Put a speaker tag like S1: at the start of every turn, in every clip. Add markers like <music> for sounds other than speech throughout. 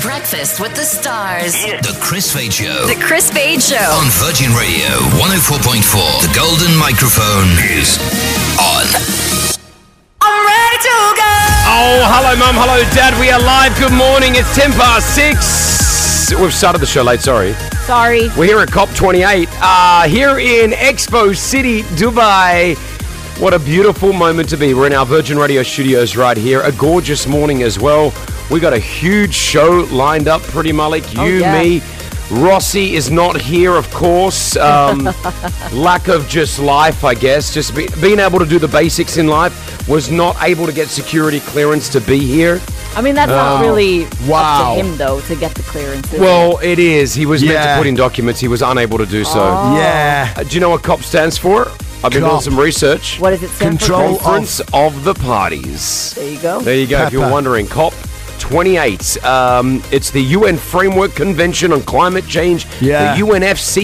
S1: Breakfast with the Stars.
S2: The Chris Fade Show
S1: The Chris Fade Show.
S2: on Virgin Radio 104.4. The golden microphone is on.
S1: I'm ready to go.
S3: Oh, hello, mum. Hello, dad. We are live. Good morning. It's 10 past 6. We've started the show late, sorry.
S4: Sorry.
S3: We're here at COP28, uh, here in Expo City, Dubai. What a beautiful moment to be. We're in our Virgin Radio studios right here. A gorgeous morning as well. We got a huge show lined up, pretty Malik. You,
S4: Oh, yeah.
S3: me. Rossi is not here, of course.
S4: <laughs>
S3: Um, lack of just life, I guess. Just be, being able to do the basics in life was not able to get security clearance to be here.
S4: I mean, that's not
S3: Oh.
S4: really
S5: Wow.
S4: up to him, though, to get the clearances.
S3: Well, it is. He was meant
S5: Yeah. Oh.
S3: to put in documents. He was unable to do so.
S5: Yeah.
S3: Uh, do you know what COP stands for? I've been doing
S5: COP.
S3: some research.
S4: what does it stand
S5: Control-
S4: for?
S3: Conference
S4: Chris?
S3: of the Parties.
S4: There you go.
S3: There you go. If you're
S5: Pepper.
S3: wondering, COP 28. Um, it's the UN Framework Convention on Climate Change,
S5: Yeah.
S3: the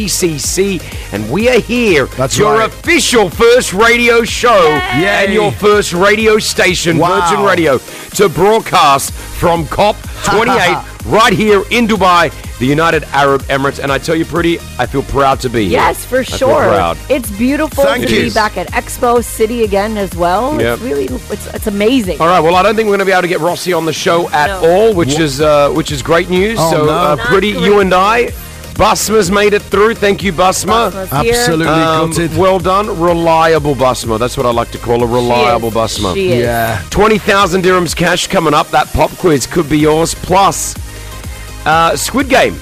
S3: UNFCCC, and we are here.
S5: That's
S3: your
S5: right.
S3: official first radio show and
S5: Yay.
S3: your first radio station,
S5: Wow.
S3: Virgin Radio, to broadcast from
S5: <laughs>
S3: COP 28 right here in Dubai, the United Arab Emirates. And I tell you, pretty, I feel proud to be here.
S4: Yes, for
S3: feel
S4: sure.
S3: proud.
S4: It's beautiful
S5: Thank
S4: to
S5: you.
S4: be back at Expo City again as well.
S3: Yep.
S4: It's really, it's, it's amazing.
S3: All right. Well, I don't think we're going to be able to get Rossi on the show at
S4: No.
S3: all, which is uh, which is great news.
S5: Oh,
S3: so,
S5: no.
S3: uh,
S5: Not
S3: pretty, you and I, Busma's made it through. Thank you, Busma.
S4: Basma's here.
S5: Absolutely
S3: Um,
S5: gutted.
S3: well done, reliable Busma. That's what I like to call a
S4: She is.
S3: reliable Busma.
S4: She is.
S5: yeah.
S3: Twenty thousand dirhams cash coming up. That pop quiz could be yours. Plus, uh, Squid Game.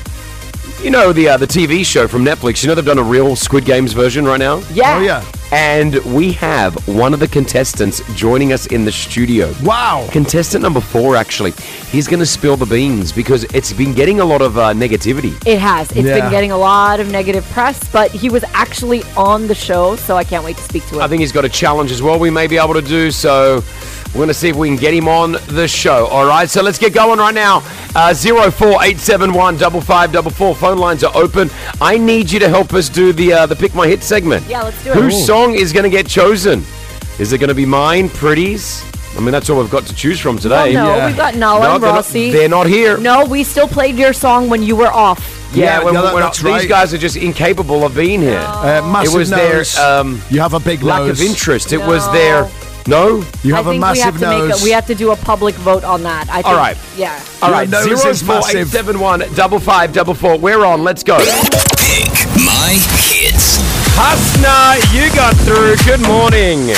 S3: You know the uh, the TV show from Netflix. You know they've done a real Squid Games version right now.
S4: Yeah.
S5: Oh yeah.
S3: And we have one of the contestants joining us in the studio.
S5: Wow.
S3: Contestant number four, actually, he's going to spill the beans because it's been getting a lot of uh, negativity.
S4: It has. It's
S5: Yeah.
S4: been getting a lot of negative press, but he was actually on the show, so I can't wait to speak to him.
S3: I think he's got a challenge as well. We may be able to do so. We're going to see if we can get him on the show. All right, so let's get going right now. Uh, Zero four eight seven one double five double four. Phone lines are open. I need you to help us do the uh, the pick my hit segment.
S4: Yeah, let's do it.
S3: Whose song is going to get chosen? Is it going to be mine, Pretty's? I mean, that's all we've got to choose from
S4: well,
S3: today.
S4: Oh, no,
S5: yeah.
S4: we've got
S3: No,
S4: Nala and
S3: they're, not,
S4: Rossi.
S3: they're not here.
S4: no, we still played your song when you were off.
S3: Yeah,
S5: Yeah,
S3: we're,
S5: no, that-
S3: we're not,
S5: that's right.
S3: these guys are just incapable of being here.
S5: Uh, massive
S3: It was their,
S5: nose.
S3: um,
S5: you have a big
S3: Lack
S5: nose.
S3: of interest. It was
S4: No.
S3: their no.
S5: You
S4: I
S5: have a
S4: think we
S5: massive
S4: have to
S5: nose.
S4: Make a, we have to do a public vote on that. I think,
S3: right.
S4: Yeah.
S3: All right,
S5: nose
S3: zero
S5: is
S3: four eight
S5: massive.
S3: seven one double five double four. We're on. Let's go.
S2: Pick my hits.
S3: Hasna, you got through. Good morning.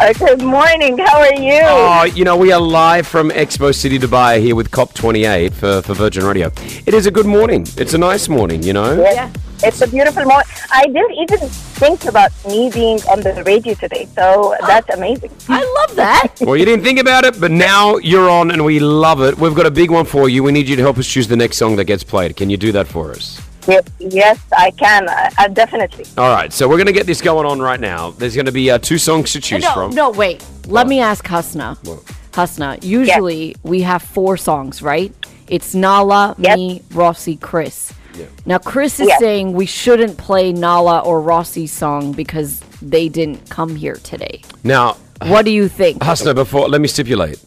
S6: Uh, Good morning. How are you?
S3: Oh, you know we are live from Expo City Dubai here with COP 28 for, for Virgin Radio. It is a good morning. It's a nice morning. You know.
S6: Yes,
S4: Yeah.
S6: It's a beautiful moment. I didn't even think about me being on the radio today, so that's amazing.
S4: Oh. I love that.
S3: Well, you didn't think about it, but now you're on, and we love it. We've got a big one for you. We need you to help us choose the next song that gets played. Can you do that for us?
S6: Ye- <laughs> Yes, I can. I, I definitely.
S3: All right, so we're going to get this going on right now. There's going to be uh, two songs to choose
S4: no,
S3: from.
S4: no, wait. Let me ask Husna. Husna, usually we have four songs, right? It's Nala,
S6: Yep.
S4: me, Rossi, Chris. Now Chris is
S6: Yes.
S4: saying we shouldn't play Nala or Rossi's song because they didn't come here today.
S3: Now,
S4: What do you think?
S3: Husna, before let me stipulate,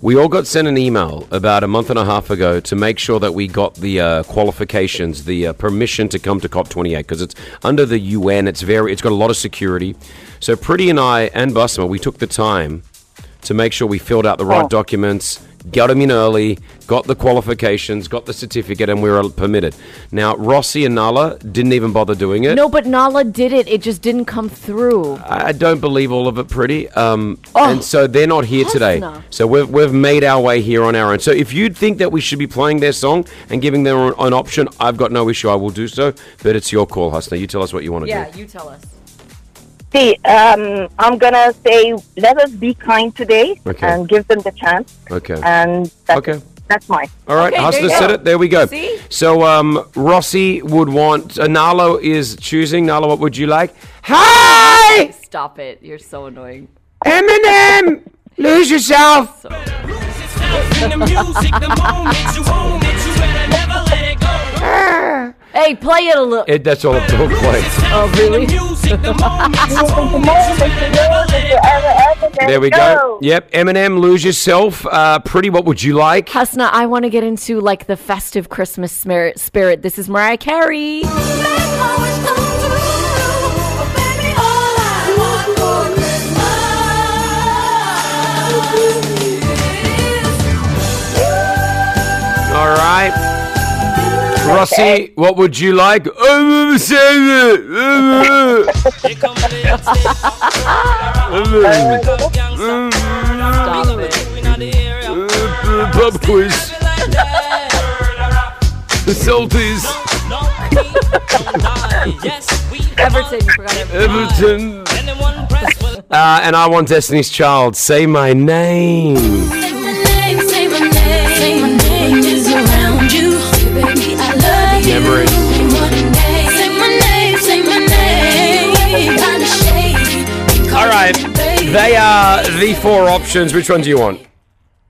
S3: we all got sent an email about a month and a half ago to make sure that we got the uh, qualifications, the uh, permission to come to COP28 because it's under the UN. It's very, it's got a lot of security. So Pretty and I and Busma, we took the time to make sure we filled out the right
S6: Oh.
S3: documents, got them in early, got the qualifications, got the certificate, and we were permitted. Now Rossi and Nala didn't even bother doing it.
S4: no, but Nala did it. It just didn't come through.
S3: I I don't believe all of it, pretty. Um,
S4: Oh.
S3: and so they're not here
S4: Hell
S3: today.
S4: no.
S3: So we've, we've made our way here on our own. So if you think that we should be playing their song and giving them an, an option, I've got no issue. I will do so. But it's your call, Husna. You tell us what you want to do.
S4: you tell us.
S6: See, um, I'm gonna say let us be kind today
S3: Okay.
S6: and give them the chance.
S3: Okay.
S6: And that's,
S3: Okay.
S6: that's mine.
S3: All right,
S4: Okay, there
S3: Husna
S4: you
S3: said
S4: go.
S3: it. There we go.
S4: See?
S3: So um, Rossi would want. Uh, Nalo is choosing. Nalo, what would you like? Hi,
S4: Stop it. You're so annoying.
S3: Eminem. Lose yourself.
S4: Hey, play it a little.
S3: It, that's all it took place.
S4: oh, really? <laughs>
S6: Moment, moment, moment, moment, moment, There
S3: there we
S6: you go.
S3: go. Yep, Eminem, lose yourself. Uh, pretty, what would you like?
S4: Hasna, I want to get into like the festive Christmas spirit. Spirit. This is Mariah Carey.
S3: All right. Rossi, what would you like?
S4: Stop it.
S3: Uh, Pub quiz. The Salties,
S4: Everton, you forgot Everton.
S3: Everton. Uh, and I want Destiny's Child. Say my name. Memories. All right. They are the four options. Which one do you want?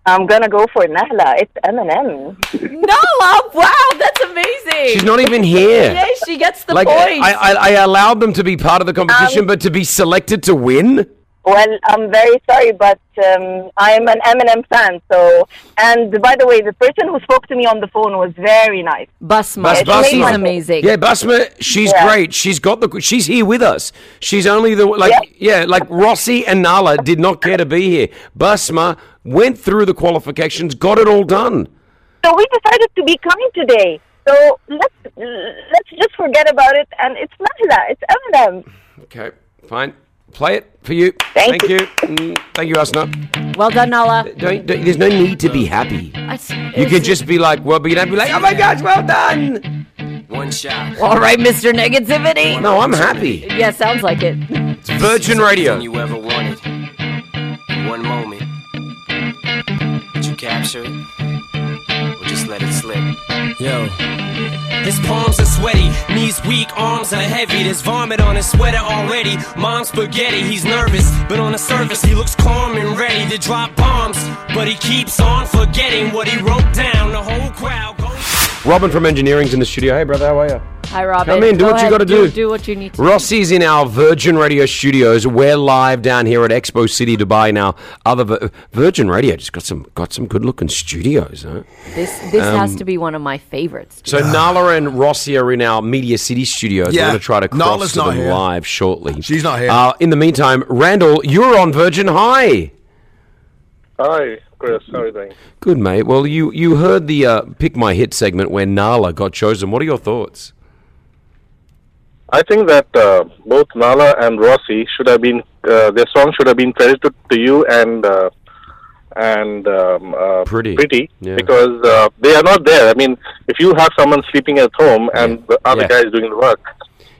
S6: I'm gonna go for Nahla. It's Eminem.
S4: No, oh, wow, that's amazing.
S3: She's not even here.
S4: yeah, she gets the
S3: Like
S4: point.
S3: I, I, I allowed them to be part of the competition, but to be selected to win.
S6: Well, I'm very sorry, but um, I'm an Eminem fan. So, and by the way, the person who spoke to me on the phone was very nice.
S4: Basma.
S3: Bas- Basma.
S4: She's amazing.
S3: Yeah, Basma, she's
S6: Yeah.
S3: great. She's got the. She's here with us. She's only the like. Yeah, like Rossi and Nala did not care to be here. Basma went through the qualifications, got it all done.
S6: So we decided to be kind today. So let's let's just forget about it. And it's Nahla. It's Eminem.
S3: Okay, fine. Play it for you.
S6: Thank
S3: you. Mm, thank you, Asna.
S4: Well
S3: <laughs>
S4: done, Nala.
S3: Don't, don't, there's no need to be happy. You can just be like, well, but you don't be like, oh my gosh, well done.
S5: One shot.
S4: All right, Mr. Negativity.
S3: No, I'm happy.
S4: Yeah, sounds like it.
S3: It's Virgin Radio.
S5: Everything you ever wanted. In one moment. Did you capture it? Or just let it slip? Yo. His palms are sweaty, knees weak, arms are heavy. There's vomit on his sweater already. Mom's spaghetti, he's nervous, but on the surface he looks calm and ready to drop bombs. But he keeps on forgetting what he wrote down. The whole crowd goes.
S3: Robin from engineering's in the studio. Hey, brother, how are you?
S4: Hi, Robin.
S3: Come in, do
S4: Go
S3: what you
S4: ahead,
S3: gotta do.
S4: Do what you need to.
S3: Rossi's in our Virgin Radio studios. We're live down here at Expo City, Dubai. Now, other Vir- Virgin Radio just got some got some good looking studios. Huh?
S4: This this
S3: Um,
S4: has to be one of my favorites.
S3: So Nala and Rossi are in our Media City studios.
S7: Yeah.
S3: We're going to try to cross
S7: Nala's
S3: to
S7: not
S3: them
S7: here.
S3: live shortly.
S7: She's not here.
S3: Uh, in the meantime, Randall, you're on Virgin High.
S8: Hi, Chris. How are you doing?
S3: Good mate. Well, you you heard the uh, pick my hit segment where Nala got chosen. What are your thoughts?
S8: I think that uh, both Nala and Rossi should have been uh, their song should have been credited to you and uh, and um, uh,
S3: Pretty.
S8: pretty
S3: Yeah.
S8: because uh, they are not there. I mean, if you have someone sleeping at home and the other
S3: Yeah.
S8: guy is doing the work,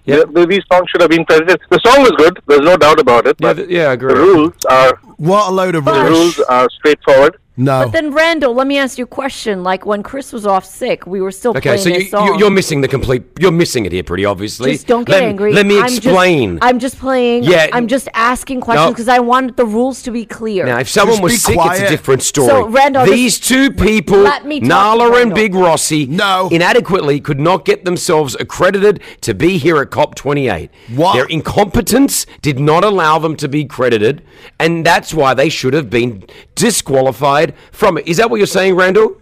S3: Yeah.
S8: th- th- these songs should have been credited. The song was good. There's no doubt about it.
S3: Yeah,
S8: but
S3: th- yeah, I agree.
S8: The rules are
S7: What a load of
S8: the
S7: rubbish.
S8: rules are straightforward.
S3: Oh.
S7: No.
S4: But then, Randall, let me ask you a question. Like when Chris was off sick, we were still
S3: Okay,
S4: playing
S3: so you,
S4: this song.
S3: you, you're missing the complete. You're missing it here, pretty obviously.
S4: just don't get
S3: let,
S4: angry.
S3: Let me
S4: I'm just-
S3: explain.
S4: I'm just, playing.
S3: Yeah.
S4: I'm just asking questions because I want the rules to be clear.
S3: Now, if someone
S7: Just
S3: was
S7: be
S3: sick, it's
S7: quiet.
S3: a different story.
S4: So, Randall,
S3: These
S4: this-
S3: two people,
S4: Let me talk,
S3: Nala and
S4: Randall.
S3: Big Rossi,
S7: No.
S3: inadequately could not get themselves accredited to be here at COP28.
S7: What?
S3: Their incompetence did not allow them to be credited, and that's why they should have been disqualified from it. Is that what you're saying, Randall?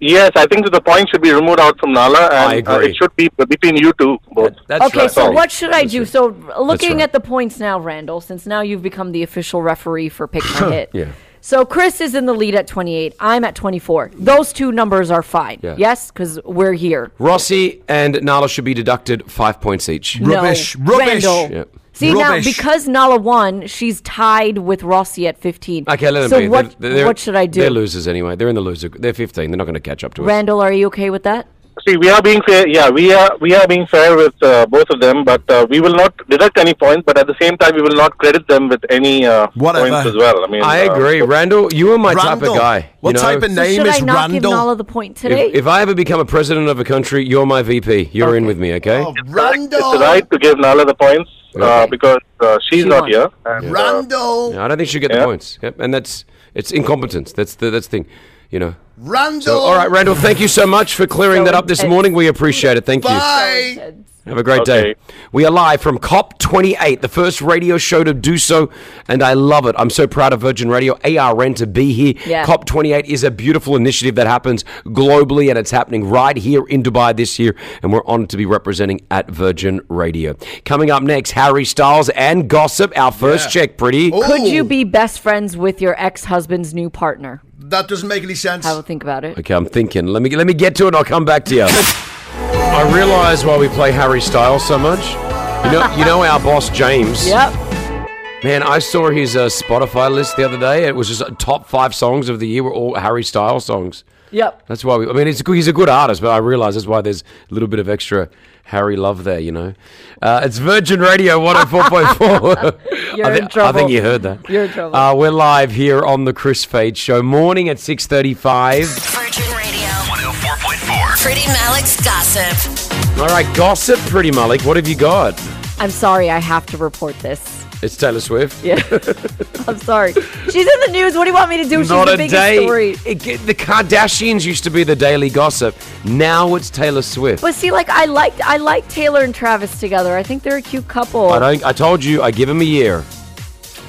S8: Yes, I think that the point should be removed out from Nala,
S3: I
S8: and uh,
S3: agree.
S8: it should be between you two both.
S3: That's
S4: okay,
S3: right.
S4: so
S8: Sorry.
S4: what should I do? So, looking
S3: right.
S4: at the points now, Randall, since now you've become the official referee for Pick
S3: <coughs>
S4: My Hit.
S3: Yeah.
S4: So, Chris is in the lead at 28. I'm at 24. Those two numbers are fine.
S3: Yeah.
S4: Yes, because we're here.
S3: Rossi and Nala should be deducted five points each.
S7: Rubbish,
S4: No.
S7: rubbish.
S4: Randall.
S3: Yep.
S4: See
S7: Rubbish.
S4: now, because Nala won, she's tied with Rossi at fifteen.
S3: Okay, let them
S4: so
S3: be.
S4: what?
S3: They're- they're-
S4: what should I
S3: They're
S4: do?
S3: losers anyway. They're in the loser. They're 15. They're not going to catch up to us.
S4: Randall, are you okay with that?
S8: See, we are being fair. Yeah, we are we are being fair with uh, both of them, but uh, we will not deduct any points. But at the same time, we will not credit them with any uh,
S7: Whatever.
S8: points as well. I mean,
S3: I
S8: uh,
S3: agree, Randall. You are my type
S7: Randall.
S3: of guy. you
S7: What
S3: know?
S7: type of
S4: So
S7: name
S4: should
S7: is
S4: I not give
S7: Randall?
S4: Nala the point today?
S3: If, if I ever become a president of a country, you're my VP. You're in with me, okay?
S7: Oh,
S8: It's
S7: Randall.
S8: right to give Nala the points uh, because uh, she's
S4: She
S8: not
S4: won.
S8: here. And, uh,
S7: Randall.
S3: No, I don't think she'll get the
S8: Yeah.
S3: points. Yep. And that's it's incompetence. That's the that's the thing, you know.
S7: Randall.
S3: All right, Randall. Thank you so much for clearing
S4: So
S3: that up this
S4: intense.
S3: morning. We appreciate it. Thank you.
S7: Bye.
S4: Kids.
S3: Have a great
S8: Okay.
S3: day. We are live from COP28, the first radio show to do so, and I love it. I'm so proud of Virgin Radio ARN to be here.
S4: Yeah.
S3: COP28 is a beautiful initiative that happens globally, and it's happening right here in Dubai this year, and we're honored to be representing at Virgin Radio. Coming up next, Harry Styles and Gossip, our first check, pretty.
S7: Oh.
S4: Could you be best friends with your ex husband's new partner?
S7: That doesn't make any sense.
S4: I will think about it.
S3: Okay, I'm thinking. Let me let me get to it. and I'll come back to you. I realize why we play Harry Styles so much. You know, you know our boss James.
S4: Yep.
S3: Man, I saw his uh, Spotify list the other day. It was just uh, top five songs of the year were all Harry Styles songs.
S4: Yep.
S3: That's why we. I mean, he's a, good- he's a good artist, but I realize that's why there's a little bit of extra Harry love there. You know, uh, it's Virgin
S4: <laughs>
S3: Radio 104.4.
S4: You're
S3: I, thi-
S4: in trouble.
S3: I think you heard that.
S4: You're in trouble.
S3: Uh, we're live here on the Chris Fade Show, morning at six thirty-five.
S1: Virgin Radio.
S2: 104.4.
S1: Pretty Malik's gossip.
S3: All right, gossip, Pretty Malik. What have you got?
S4: I'm sorry, I have to report this. <laughs>
S3: It's Taylor Swift.
S4: Yeah.
S3: <laughs>
S4: I'm sorry. She's in the news. What do you want me to do? She's
S3: Not
S4: the
S3: a
S4: biggest
S3: day.
S4: story.
S3: It get- the Kardashians used to be the daily gossip. Now it's Taylor Swift.
S4: But see, like I liked I like Taylor and Travis together. I think they're a cute couple.
S3: I don't. I told you. I give him a year.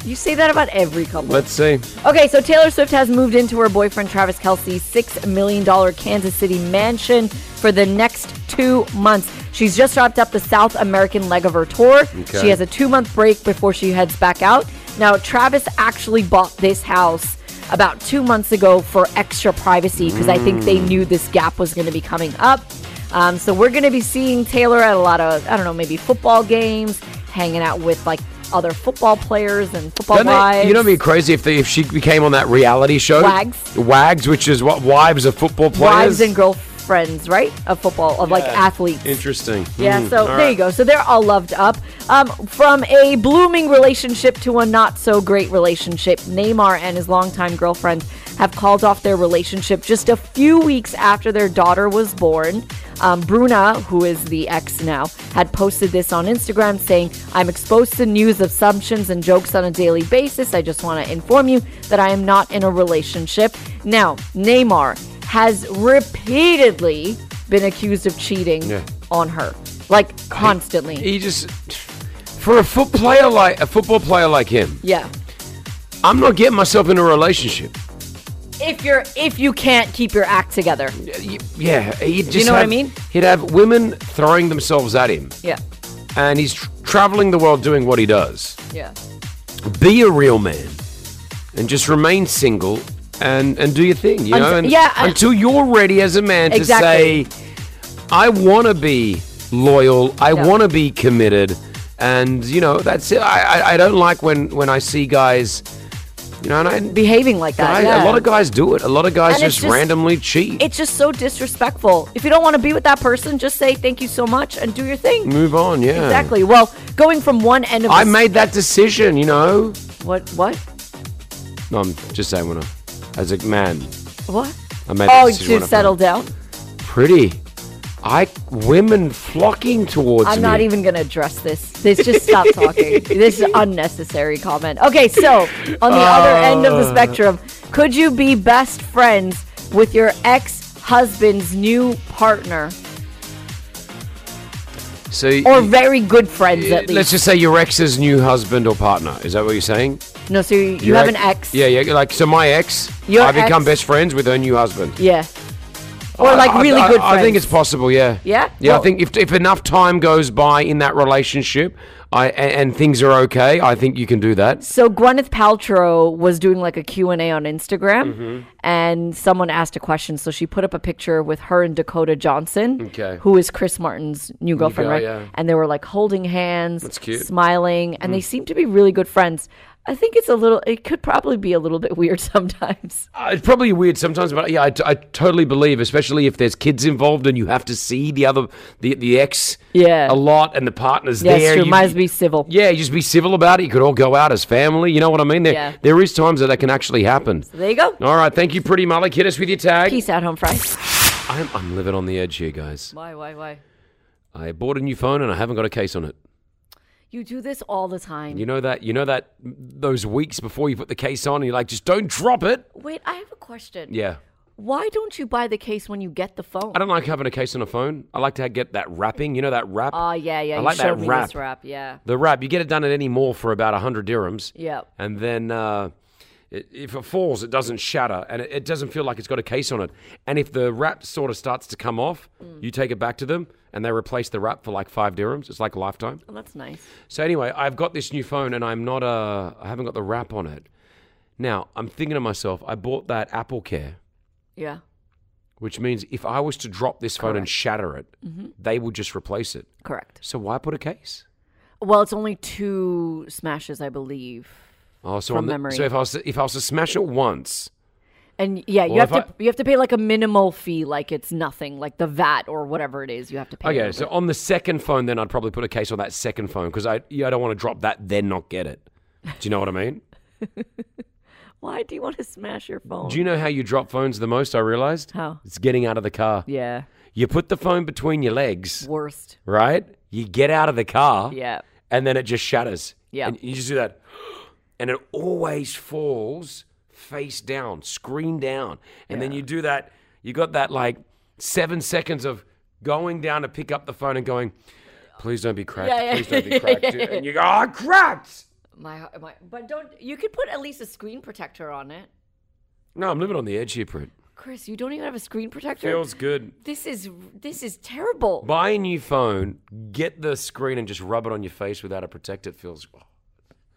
S4: You say that about every couple.
S3: Let's see.
S4: Okay, so Taylor Swift has moved into her boyfriend Travis Kelsey's $6 million Kansas City mansion for the next two months. She's just wrapped up the South American leg of her tour.
S3: Okay.
S4: She has a two month break before she heads back out. Now, Travis actually bought this house about two months ago for extra privacy because I think they knew this gap was going to be coming up. Um, so we're going to be seeing Taylor at a lot of, I don't know, maybe football games, hanging out with like other football players and football
S3: Don't
S4: wives.
S3: they, you know, it'd be crazy if they, if she became on that reality show.
S4: Wags.
S3: Wags, which is what wives of football players.
S4: wives and girlfriends, right? Of football, of like athletes.
S3: Interesting.
S4: Yeah,
S3: Hmm,
S4: so
S3: all
S4: there
S3: right.
S4: you go. So they're all loved up. Um, from a blooming relationship to a not so great relationship, Neymar and his longtime girlfriend have called off their relationship just a few weeks after their daughter was born. Um, Bruna, who is the ex now, had posted this on Instagram saying, I'm exposed to news, assumptions, and jokes on a daily basis. I just want to inform you that I am not in a relationship. Now, Neymar has repeatedly been accused of cheating
S3: Yeah.
S4: on her, like constantly.
S3: He just for a foot player like a football player like him.
S4: yeah.
S3: I'm not getting myself in a relationship.
S4: If you're if you can't keep your act together.
S3: Y- Yeah, he'd just
S4: know what I
S3: have-
S4: mean?
S3: He'd have women throwing themselves at him,
S4: Yeah.
S3: and he's tr- traveling the world doing what he does.
S4: Yeah.
S3: Be a real man, and just remain single and and do your thing. You
S4: Unt-
S3: know, and
S4: yeah, uh,
S3: until you're ready as a man
S4: Exactly.
S3: to say, I want to be loyal. I
S4: Yeah.
S3: want to be committed. And you know, that's it. I, I I don't like when when I see guys, you know, and I.
S4: Behaving like that.
S3: guys- A
S4: yeah.
S3: lot of guys do it. A lot of guys
S4: And it's
S3: just,
S4: just-
S3: randomly cheat.
S4: it's just so disrespectful. If you don't want to be with that person, just say thank you so much and do your thing.
S3: Move on, yeah.
S4: Exactly. Well, going from one end of
S3: I
S4: the-
S3: made that decision, you know.
S4: what what
S3: No, I'm just saying when I, as a man,
S4: what?
S3: I made that
S4: Oh,
S3: decision. when
S4: to
S3: I-
S4: settle down.
S3: Pretty. I women flocking towards
S4: I'm
S3: me.
S4: not even gonna address this. This just stop talking. This
S3: <laughs>
S4: is unnecessary comment. Okay, so on the other end of
S3: Uh.
S4: the spectrum, could you be best friends with your ex husband's new partner,
S3: So y-
S4: or
S3: y-
S4: very good friends at least?
S3: let's just say your ex's new husband or partner. Is that what you're saying?
S4: no, so you, you
S3: Your
S4: have
S3: ex-
S4: an ex.
S3: Yeah, yeah. Like so, my ex.
S4: Your
S3: I become
S4: ex-
S3: best friends with her new husband.
S4: Yeah. Or like
S3: I- I-
S4: really
S3: I,
S4: good
S3: I,
S4: friends.
S3: think it's possible. Yeah.
S4: Yeah?
S3: Yeah.
S4: Well-
S3: I think if if enough time goes by in that relationship, I a- and, and things are okay, I think you can do that.
S4: So Gwyneth Paltrow was doing like a Q&A on Instagram
S3: Mm-hmm.
S4: and someone asked a question so she put up a picture with her and Dakota Johnson
S3: Okay.
S4: who is Chris Martin's new girlfriend
S3: girl,
S4: right
S3: yeah.
S4: and they were like holding hands
S3: cute. Mm.
S4: smiling and they seem to be really good friends. I think it's a little it could probably be a little bit weird <laughs> sometimes.
S3: Uh, It's probably weird sometimes, but yeah, I, I totally believe, especially if there's kids involved and you have to see the other the the ex
S4: Yeah.
S3: a lot and the partners
S4: Yes,
S3: there.
S4: true.
S3: you-
S4: Might as be civil.
S3: Yeah, you just be civil about it. You could all go out as family. You know what I mean? There,
S4: Yeah.
S3: there is times that that can actually happen.
S4: There you go.
S3: All right, thank you, Pretty Malik. Hit us with your tag.
S4: Peace out home fry.
S3: I'm, I'm living on the edge here, guys.
S4: Why why why?
S3: I bought a new phone and I haven't got a case on it.
S4: You do this all the time.
S3: You know that? You know that? Those weeks before you put the case on, and you're like, just don't drop it.
S4: Wait, I have a question.
S3: Yeah.
S4: Why don't you buy the case when you get the phone?
S3: I don't like having a case on a phone. I like to ha- get that wrapping. You know that wrap?
S4: Oh, yeah, yeah.
S3: I
S4: you
S3: like
S4: showed
S3: that
S4: me
S3: wrap.
S4: this wrap. Yeah.
S3: The wrap. You get it done at any mall for about 100 dirhams.
S4: Yep.
S3: And then uh, i if it falls, it doesn't shatter and it, it doesn't feel like it's got a case on it. And if the wrap sort of starts to come off,
S4: Mm.
S3: you take it back to them and they replace the wrap for like five dirhams. It's like a lifetime.
S4: Well, that's nice.
S3: So anyway, I've got this new phone and I'm not uh I haven't got the wrap on it. Now, I'm thinking to myself, I bought that Apple Care,
S4: Yeah.
S3: which means if I was to drop this phone and shatter it,
S4: Mm-hmm.
S3: they would just replace it.
S4: Correct.
S3: So why put a case?
S4: Well, it's only two smashes, I believe.
S3: Oh, so on
S4: From
S3: the-
S4: memory.
S3: so if I was to, if I was to smash it once,
S4: And yeah, you
S3: Well,
S4: have
S3: if
S4: to you have to pay like a minimal fee, like it's nothing, like the VAT or whatever it is you have to pay.
S3: okay. So on the second phone, then I'd probably put a case on that second phone because I yeah, I don't want to drop that then not get it. Do you know what I mean?
S4: why do you want to smash your phone?
S3: Do you know how you drop phones the most? I realized
S4: How?
S3: it's getting out of the car.
S4: yeah,
S3: You put the phone between your legs,
S4: worst.
S3: right? You get out of the car.
S4: Yeah,
S3: and then it just shatters.
S4: Yeah.
S3: And you just do that. <gasps> And it always falls face down, screen down. And then you do that, you got that like seven seconds of going down to pick up the phone and going, please don't be cracked.
S4: Yeah, yeah.
S3: Please don't
S4: <laughs>
S3: be cracked. And you go, oh, cracked.
S4: my, my but don't you could put at least a screen protector on it,
S3: No, I'm living on the edge here, Prit.
S4: Chris. You don't even have a screen protector.
S3: Feels good.
S4: this is this is terrible.
S3: Buy a new phone, get the screen and just rub it on your face without a protector. It feels, oh,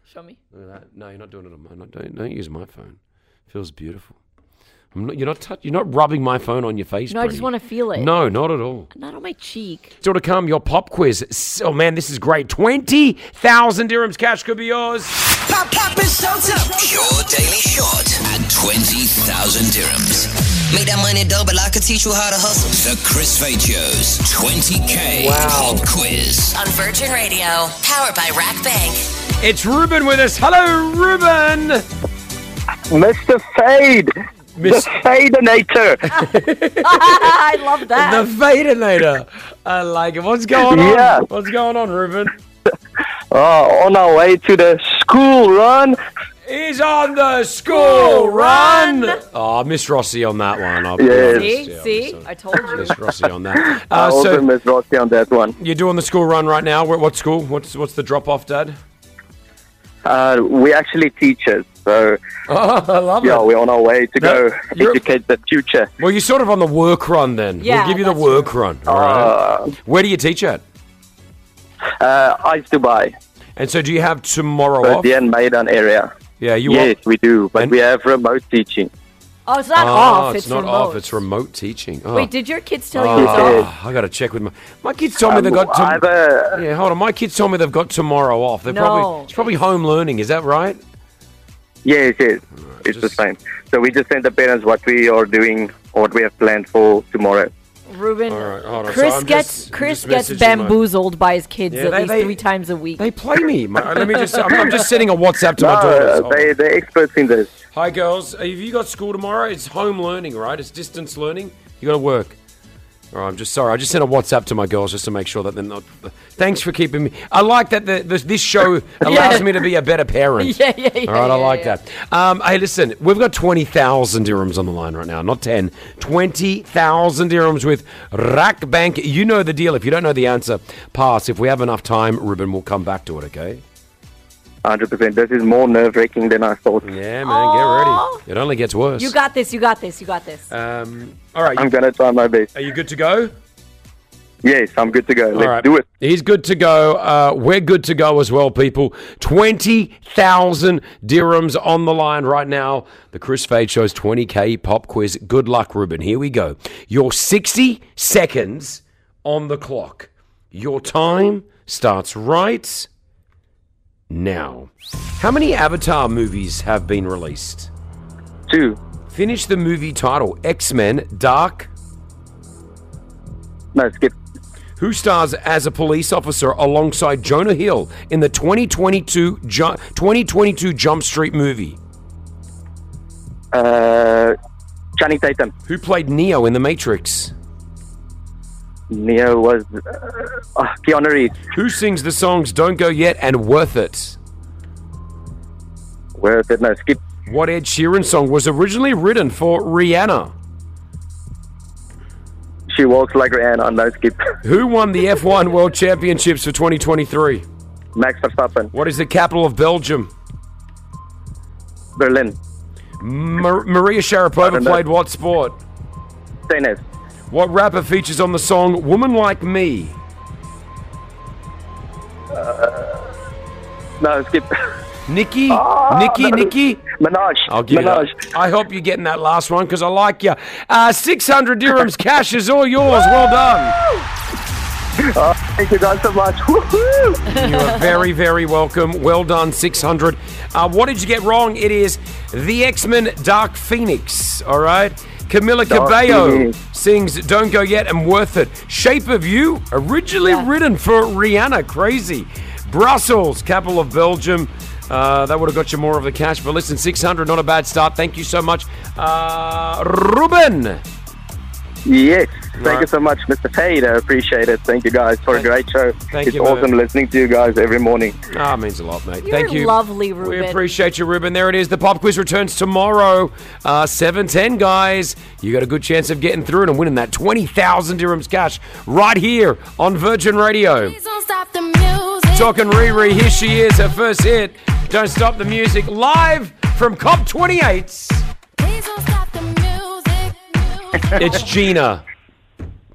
S4: Show me.
S3: Look at that. No, you're not doing it on my. Not, don't, don't use my phone. feels beautiful. I'm not, you're not. Touch, you're not rubbing my phone on your face.
S4: No, I just
S3: Brie.
S4: want to feel it.
S3: No, not at all.
S4: not on my cheek.
S3: Still to come, your pop quiz. S- Oh man, this is great. Twenty thousand dirhams cash could be yours.
S1: Pop, pop, and
S2: Your daily shot at 20,000 dirhams.
S1: Make that money double, I could teach you how to hustle.
S2: The Chris Fade Show's 20K Pop Quiz.
S1: On Virgin Radio, powered by Rack Bank.
S3: It's Ruben with us. Hello, Ruben.
S8: Mr. Fade,
S3: Miss-
S8: the
S3: <laughs>
S8: Fadenator.
S4: <laughs> I love
S3: The
S4: that.
S3: Vadernator. I like it. What's going on?
S8: Yeah.
S3: What's going on, Ruben?
S8: uh, on our way to the school run.
S3: He's on the school run. Oh, Miss Rossi on that one. I'll be
S8: Yes.
S3: honest.
S4: see,
S3: Yeah, I
S4: see,
S3: miss-
S4: I told
S9: <laughs>
S4: you.
S3: Miss Rossi on
S8: <laughs>
S3: that.
S8: I
S3: Uh,
S8: also
S3: so,
S8: missed Rossi on that one.
S3: You're doing the school run right now. What, what school? What's what's the drop off, Dad?
S8: Uh, we actually teachers, so
S3: <laughs> Oh, I love
S8: yeah, we're on our way to
S3: No,
S8: go
S3: you're-
S8: educate the future.
S3: Well, you're sort of on the work run then.
S4: Yeah,
S3: we'll give you the
S4: that's
S3: work run. All right. Where do you teach at?
S8: Uh, Ice Dubai,
S3: And so, do you have tomorrow
S8: so
S3: off?
S8: the Maidan area.
S3: Yeah, you
S8: yes,
S3: off?
S8: we do, but
S3: And-
S8: we have remote teaching.
S4: Oh, it's not
S3: Oh,
S4: off.
S3: it's,
S4: It's,
S3: not
S4: remote.
S3: off. It's remote teaching. Oh.
S4: Wait, did your kids tell you it's off?
S8: Oh.
S3: Ah, I got to check with my my kids. Told me
S8: Um,
S3: they got.
S8: I have
S3: tom-
S8: a-
S3: yeah, hold on. My kids told me they've got tomorrow off. They're
S4: No.
S3: probably it's probably home learning. Is that right?
S8: Yes, yes. It's
S3: just-
S8: the same. So we just send the parents what we are doing, what we have planned for tomorrow.
S4: Ruben,
S3: right, hold on. So
S4: Chris
S3: I'm
S4: gets
S3: just- I'm
S4: Chris
S3: just
S4: gets
S3: messaging my-
S4: bamboozled by his kids
S3: Yeah,
S4: at
S3: they-
S4: least
S3: they-
S4: three times a week.
S3: They play me.
S4: <laughs>
S3: My, let me just. I'm, I'm just sending a WhatsApp to my daughters.
S8: Uh,
S3: Hold on.
S8: they, they're experts in this.
S3: Hi, girls. Have you got school tomorrow? It's home learning, right? It's distance learning.
S7: <laughs>
S3: You got to work. All right, I'm just sorry. I just sent a WhatsApp to my girls just to make sure that they're not. Thanks for keeping me. I like that the, this, this
S4: <laughs>
S3: show allows me to be a better parent.
S4: Yeah,
S10: <laughs>
S4: yeah, yeah,
S3: All right, I
S4: yeah,
S3: like
S4: yeah.
S3: that. Um, hey, listen, we've got 20,000 dirhams on the line right now, not 10. 20,000 dirhams with Rack Bank. You know the deal. If you don't know the answer, pass. If we have enough time, Ruben, we'll come back to it, okay?
S8: 100%. This is more nerve wracking than I thought.
S3: Yeah, man,
S4: Aw.
S3: get ready. It only gets worse.
S4: you got this. You got this. You got this.
S3: um, all right,
S8: I'm going to try my best.
S3: Are you good to go?
S8: Yes, I'm good to go. Let's
S3: All right.
S8: do it.
S3: He's good to go. Uh, we're good to go as well, people. 20,000 dirhams on the line right now. The Chris Fade Show's 20K pop quiz. Good luck, Ruben. Here we go. Your 60 seconds on the clock. Your time starts right now. How many Avatar movies have been released?
S8: Two.
S3: Finish the movie title X Men Dark
S8: No, skip.
S3: who stars as a police officer alongside Jonah Hill in the 2022, Ju- 2022 Jump Street movie,
S8: Uh, Channing Tatum.
S3: who played Neo in The Matrix,
S8: Neo was. Uh, uh, Keanu Reeves.
S3: who sings the songs Don't Go Yet and Worth It.
S8: Where is it? No, skip.
S3: What Ed Sheeran song was originally written for Rihanna?
S7: She walks like her aunt on Oh, no skip. <laughs>
S3: Who won the F1 World Championships for 2023?
S7: Max Verstappen.
S3: What is the capital of Belgium?
S7: Berlin.
S3: Mar- Maria Sharapova played what sport?
S7: Tennis.
S3: What rapper features on the song Woman Like Me?
S7: Uh, No skip. <laughs>
S3: Nikki? Nikki? Nikki?
S7: Ah, Minaj.
S3: I'll give
S7: Minaj.
S3: you that. I hope you're getting that last one because I like you. Uh, 600
S7: <laughs>
S3: dirhams cash is all yours. Well done.
S7: Oh, Thank you guys so much. Woohoo!
S3: You are
S7: <laughs>
S3: very, very welcome. Well done, 600. Uh, what did you get wrong? It is The X Men Dark Phoenix. All right. Camila
S7: Dark
S3: Cabello
S7: Phoenix.
S3: sings Don't Go Yet and Worth It. Shape of You, originally written for Rihanna. Crazy. Brussels, capital of Belgium. Uh, that would have got you more of the cash. But listen, 600, not a bad start. Thank you so much. Uh, Ruben.
S7: Yes. Thank
S3: Right.
S7: you so much, Mr. Fade. I appreciate it. Thank you guys for a great show.
S3: thank
S7: it's
S3: you,
S7: awesome
S3: man.
S7: listening to you guys every morning.
S3: Ah, means a lot, mate.
S4: You're
S3: Thank you.
S4: lovely,
S3: We
S4: Ruben.
S3: appreciate you, Ruben. There it is. The pop quiz returns tomorrow, uh, seven ten, guys. You got a good chance of getting through it and winning that twenty thousand dirhams cash right here on Virgin Radio.
S11: Don't stop the music.
S3: Talking Riri, here she is, her first hit. Don't stop the music, live from COP twenty eight.
S11: Please don't stop the music. music.
S3: It's Gina.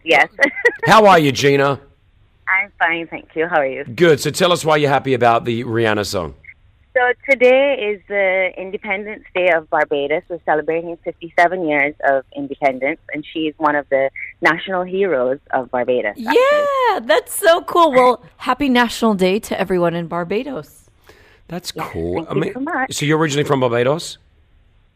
S9: Yes. <laughs>
S3: How are you, Gina?
S9: I'm fine, thank you. How are you?
S3: Good. So tell us why you're happy about the Rihanna song.
S9: So today is the Independence Day of Barbados. We're celebrating 57 years of independence, and she is one of the national heroes of Barbados.
S4: Yeah, that's so cool. Well, happy National Day to everyone in Barbados.
S3: That's cool.
S9: thank you so much.
S3: so you're originally from Barbados.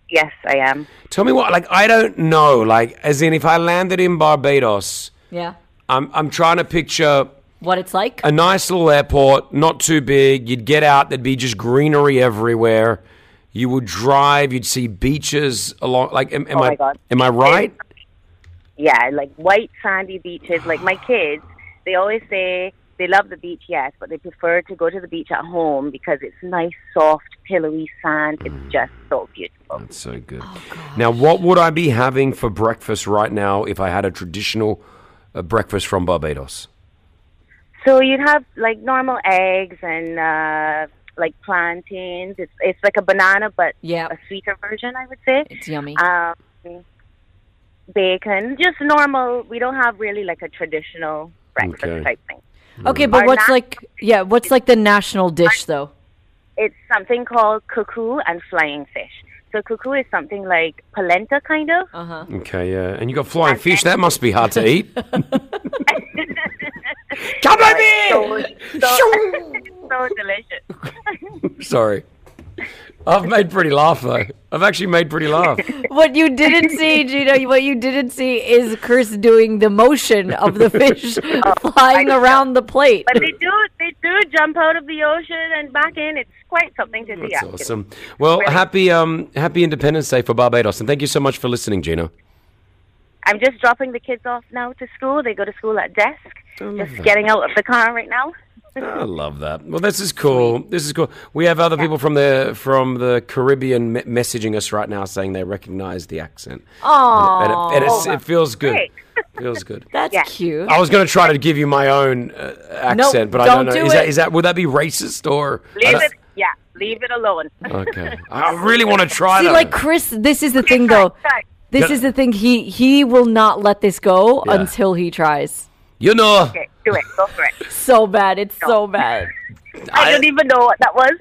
S9: Yes, I am.
S3: Tell me what, like, I don't know. Like, as in, if I landed in Barbados,
S4: Yeah.
S3: I'm, I'm trying to picture
S4: What it's like?
S3: a nice little airport, not too big. You'd get out, there'd be just greenery everywhere. You would drive, you'd see beaches along. Like, am, am
S9: Oh
S3: I
S9: my God.
S3: am I right?
S9: Yeah, like white sandy beaches. Like my kids, they always say they love the beach, yes, but they prefer to go to the beach at home because it's nice, soft, pillowy sand. It's just so beautiful.
S3: Mm. So good. now, what would I be having for breakfast right now if I had a traditional uh, breakfast from Barbados?
S9: So you'd have like normal eggs and uh, like plantains. It's it's like a banana, but
S4: Yeah.
S9: a sweeter version, I would say.
S4: It's yummy.
S9: Um, bacon, just normal. We don't have really like a traditional breakfast
S3: Okay.
S9: type thing.
S4: Okay, but
S9: Our
S4: what's
S9: na-
S4: like? Yeah, what's like the national dish though?
S9: It's something called cuckoo and flying fish. So cuckoo is something like polenta, kind of.
S4: Uh-huh.
S3: Okay, yeah. And you got flying fish. That must be hard to eat. <laughs> Come over here!
S6: <laughs>
S9: So, so delicious.
S3: Sorry. I've made Pretty laugh, though. I've actually made Pretty laugh.
S4: What you didn't
S9: <laughs>
S4: see, Gina, what you didn't see is Chris doing the motion of the
S9: <laughs>
S4: fish <laughs> flying around the plate.
S9: Oh, But they do they do jump out of the ocean and back in. It's quite something to see.
S3: That's
S9: actually.
S3: awesome. Well, happy um, happy Independence Day for Barbados, and thank you so much for listening, Gina.
S9: I'm just dropping the kids off now to school. They go to school at desk. Just getting out of the car right now.
S3: I love that. Well, this is cool. This is cool. We have other people from the from the Caribbean me- messaging us right now saying they recognize the accent.
S4: Aww,
S3: And, it, and it's, it feels good.
S9: Great.
S3: <laughs> feels good.
S4: that's
S9: Oh, Yeah.
S4: cute.
S3: I was going to try to give you my own uh, accent, but I
S4: don't
S3: don't know.
S4: do
S3: is that
S4: it.
S3: is that would that be racist or? I
S9: Leave
S3: don't-
S9: it. Yeah, leave it alone.
S6: <laughs>
S4: <laughs>
S3: Okay. I really want to try
S4: See,
S3: that.
S4: like Chris, this is the thing though.
S9: sorry.
S4: This
S3: Yeah.
S4: is the thing. He he will not let this go
S3: Yeah.
S4: until he tries.
S3: you know.
S9: Okay, do it. Go for it.
S4: So bad. It's so bad.
S9: <laughs> I, don't even know what that was.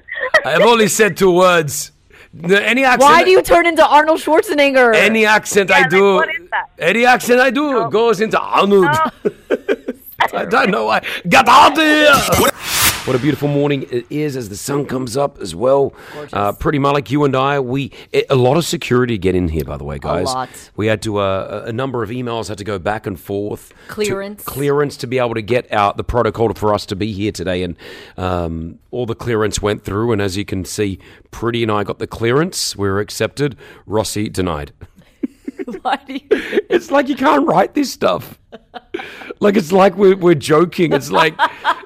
S3: I've only said two words. No, Any accent,
S4: Why do you turn into Arnold Schwarzenegger?
S3: any accent I
S9: like,
S3: do,
S9: what is that?
S3: any accent I do goes into
S7: Ah.
S3: Arnold.
S7: <laughs>
S3: I don't know why. Get out of here! What a beautiful morning it is as the sun comes up as well. Uh, pretty Malik, you and I, we a- a lot of security get in here, by the way, guys.
S4: lot.
S3: We had to uh, a a number of emails had to go back and forth. to-
S4: Clearance.
S3: clearance to be able to get out the protocol for us to be here today, and um, all the clearance went through. And as you can see, Pretty and I got the clearance. We were accepted. Rossi denied.
S4: <laughs> Why do you-
S3: It's like you can't write this stuff. Like it's like we're, we're joking. It's like,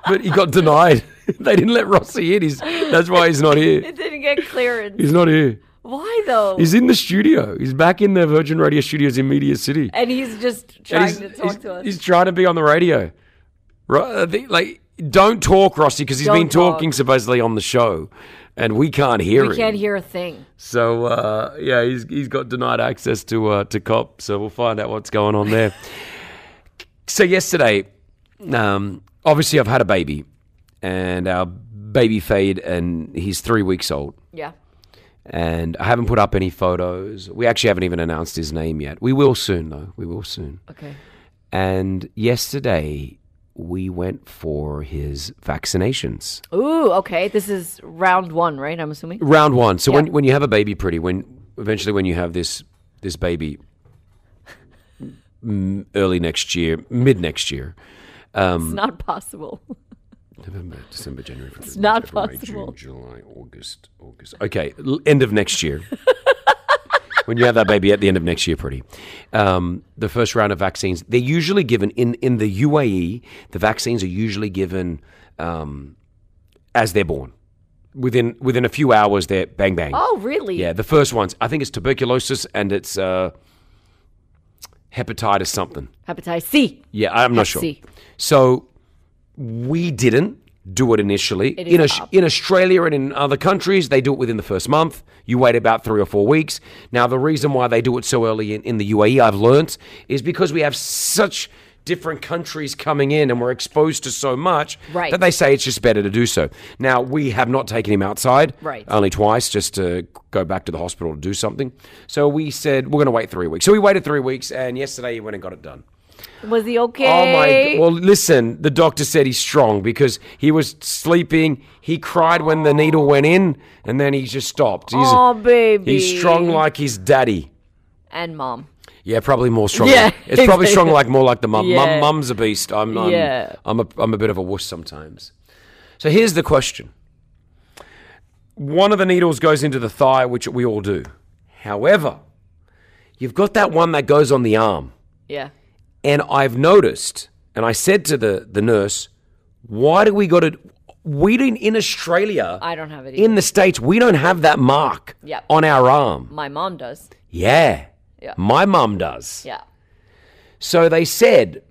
S3: but he got <laughs>
S4: <laughs>
S3: denied. They didn't let Rossi in. He's, that's why he's not here.
S4: it didn't get clearance.
S3: He's not here.
S4: Why though?
S3: He's in the studio. He's back in the Virgin Radio studios in Media City.
S4: and he's just
S3: And
S4: trying to talk
S3: he's-
S4: to us.
S3: He's trying to be on the radio. Ro- uh, the- Like, don't talk, Rossi, because he's
S4: Don't
S3: been talking
S4: talk.
S3: supposedly on the show, and we can't hear
S4: we
S3: him.
S4: can't hear a thing.
S3: So uh, yeah, he's he's got denied access to uh, to cop. So we'll find out what's going on there. so yesterday, um, obviously I've had a baby, and our baby Fade, and he's three weeks old
S4: Yeah.
S3: and I haven't put up any photos. We actually haven't even announced his name yet. We will soon, though. We will soon.
S4: Okay.
S3: And yesterday we went for his vaccinations.
S4: Ooh, okay. This is round one, right? I'm assuming.
S3: Round one. So when when you have a baby, pretty when eventually when you have this this baby m- early next year, mid next year. Um,
S4: It's not possible.
S3: November, December, January, February,
S4: It's not
S3: March, April, May,
S4: possible.
S3: June, July, August, August. Okay, l- end of next
S4: <laughs>
S3: year. when you have that baby at the end of next year, pretty. Um, the first round of vaccines, they're usually given in, in the UAE, the vaccines are usually given um, as they're born. Within within a few hours, they're bang bang.
S4: Oh, really?
S3: Yeah, the first ones. I think it's tuberculosis and it's uh, hepatitis something.
S4: Hepatitis C.
S3: Yeah, I'm not
S4: Hep
S3: sure.
S4: C.
S3: So we didn't do it initially.
S4: It
S3: in,
S4: is
S3: Aus- in Australia and in other countries, they do it within the first month. You wait about three or four weeks. Now, the reason why they do it so early in, in the UAE, I've learnt, is because we have such different countries coming in and we're exposed to so much
S4: Right.
S3: that they say it's just better to do so. Now, we have not taken him outside
S4: Right.
S3: only twice just to go back to the hospital to do something. So we said, we're going to wait three weeks. So we waited three weeks, and yesterday he went and got it done.
S4: Was he okay?
S3: Oh my! g- Well, listen. The doctor said he's strong because he was sleeping. He cried when the needle went in, and then he just stopped. He's,
S4: Aw, baby.
S3: He's strong like his daddy.
S4: and mom.
S3: Yeah, probably more strong.
S4: Yeah,
S3: like- it's probably
S4: exactly.
S3: strong like more like the mum. Mum,
S4: Yeah.
S3: mum's a beast. I'm. I'm,
S4: Yeah.
S3: I'm a. I'm a bit of a wuss sometimes. So here's the question. One of the needles goes into the thigh, which we all do. However, you've got that one that goes on the arm.
S4: Yeah.
S3: And I've noticed, and I said to the, the nurse, why do we got to, we didn't, in Australia,
S4: I don't have it. Either.
S3: in the States, we don't have that mark
S4: Yep.
S3: on our arm.
S4: my mom does.
S3: Yeah.
S4: Yeah.
S3: My mum does.
S4: Yeah.
S3: So they said,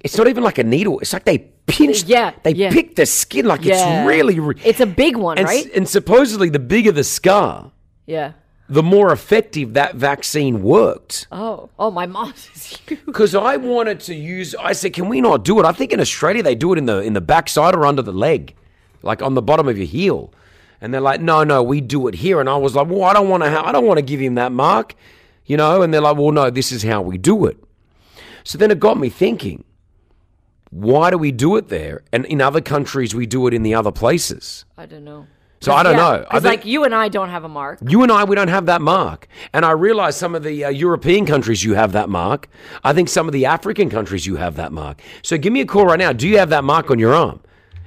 S3: it's not even like a needle. It's like they pinched,
S4: Yeah,
S3: they
S4: yeah.
S3: picked the skin like
S4: Yeah.
S3: it's really, re-
S4: It's a big one,
S3: and, s-
S4: right?
S3: and supposedly the bigger the scar,
S4: yeah.
S3: the more effective that vaccine worked.
S4: Oh. Oh, my mom <laughs> is huge.
S3: <laughs> Because I wanted to use, I said, can we not do it? I think in Australia they do it in the in the backside or under the leg, like on the bottom of your heel. And they're like, no, no, we do it here. And I was like, well, I don't want to, ha- I don't want to give him that mark, you know. And they're like, well, no, this is how we do it. So then it got me thinking, why do we do it there? And in other countries we do it in the other places.
S4: I don't know.
S3: So I don't
S4: Yeah,
S3: know. I
S4: 'cause,
S3: think-
S4: like you and I don't have a mark.
S3: you and I, we don't have that mark. And I realize some of the uh, European countries, you have that mark. I think some of the African countries, you have that mark. So give me a call right now. Do you have that mark on your arm?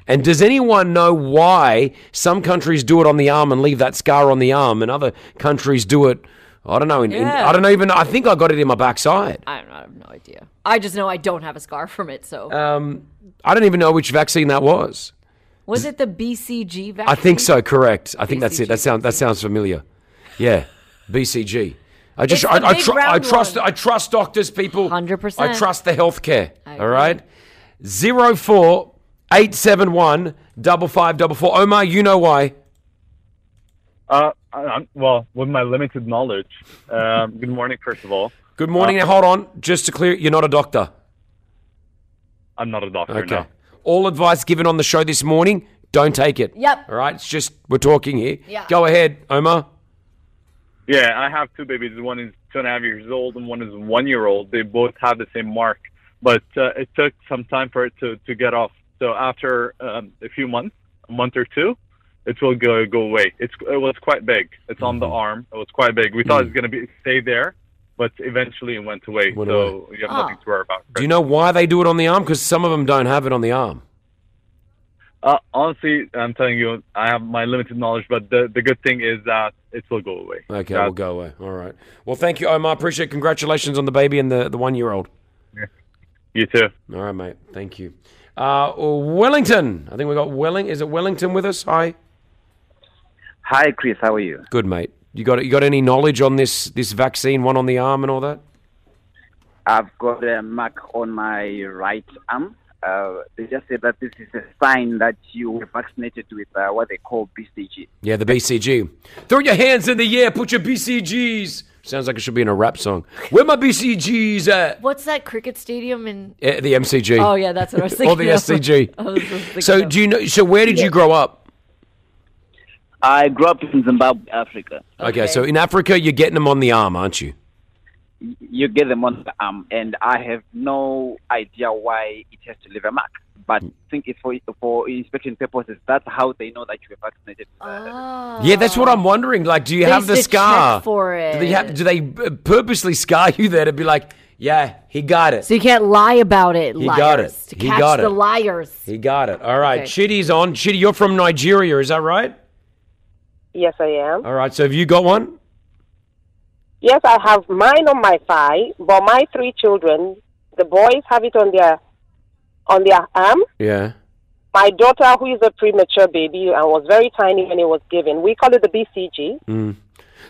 S3: And does anyone know why some countries do it on the arm and leave that scar on the arm and other countries do it? I don't know. In, in-
S4: Yeah.
S3: I don't even. I think I got it in my backside.
S4: I don't know. I have no idea. I just know I don't have a scar from it. So
S3: Um, I don't even know which vaccine that was.
S4: was it the BCG vaccine?
S3: I think so. Correct. I think that's it.
S4: BCG
S3: That sounds that sounds familiar. Yeah, BCG. I just
S4: It's
S3: I,
S4: the
S3: I,
S4: big
S3: tru- I
S4: round
S3: trust
S4: one.
S3: I trust doctors, people.
S4: 100%.
S3: I trust the healthcare.
S4: I
S3: All right. Zero four eight seven one double five double four. Omar, you know why?
S12: Uh, I, I'm- well, with my limited knowledge, um, good morning, first of all.
S3: Good morning.
S12: Uh,
S3: now hold on, just to clear, you're not a doctor.
S12: I'm not a doctor.
S3: Okay.
S12: No.
S3: All advice given on the show this morning, don't take it.
S12: Yep.
S3: All right. It's just we're talking here.
S12: Yeah.
S3: Go ahead, Omar.
S12: Yeah, I have two babies. One is two and a half years old, and one is one year old. They both have the same mark, but uh, it took some time for it to, to get off. So after um, a few months, a month or two, it will go go away. It's it was quite big. It's on the
S3: Mm-hmm.
S12: arm. It was quite big. We thought it was going to be stay there, but eventually it went away.
S3: Mm. Went
S12: so you have
S4: Ah.
S12: nothing to worry about.
S3: Do you know why they do it on the arm? Because some of them don't have it on the arm.
S12: Uh, honestly, I'm telling you, I have my limited knowledge, but the, the good thing is that it will go away.
S3: Okay,
S12: That-
S3: we'll go away. All right. Well, thank you, Omar. Appreciate. it. Congratulations on the baby and the, the one year old.
S12: You too.
S3: All right, mate. Thank you. Uh, Wellington. I think we got Welling. Is it Wellington with us? Hi.
S13: Hi, Chris. How are you?
S3: Good, mate. You got you got any knowledge on this this vaccine, one on the arm and all that?
S13: I've got a mark on my right arm. Uh, they just said that this is a sign that you were vaccinated with uh, what they call BCG.
S3: Yeah, the BCG. Throw your hands in the air, put your BCGs. Sounds like it should be in a rap song. Where my BCGs at?
S4: What's that cricket stadium in?
S3: Eh, the MCG.
S4: Oh yeah,
S3: <laughs>
S4: that's what I was thinking.
S3: or the
S4: of.
S3: SCG.
S4: <laughs> I was just thinking
S3: So
S4: of-
S3: do you know? So where did you grow up?
S13: I grew up in Zimbabwe, Africa.
S3: Okay, so in Africa, you're getting them on the arm, aren't you?
S13: You get them on the arm, and I have no idea why it has to leave a mark. But I think it's for, for inspection purposes. That's how they know that you were vaccinated.
S4: Oh.
S3: Yeah, that's what I'm wondering. Like, do you
S13: They
S3: have the
S13: used to check
S3: scar
S4: for it.
S3: Do they, have, do they uh, purposely scar you there to be like, yeah, he got it.
S4: So you can't lie about it.
S3: He
S4: liars,
S3: got it.
S4: To
S3: He
S4: catch
S3: got
S4: the
S3: it.
S4: liars.
S3: he got it. All right,
S4: Okay.
S3: Chitty's on. Chitty, you're from Nigeria, is that right?
S14: Yes, I am.
S3: All right, so have you got one?
S14: Yes, I have mine on my thigh, but my three children, the boys have it on their on their arm.
S3: Yeah.
S14: My daughter, who is a premature baby and was very tiny when it was given, we call it the BCG.
S3: Mm.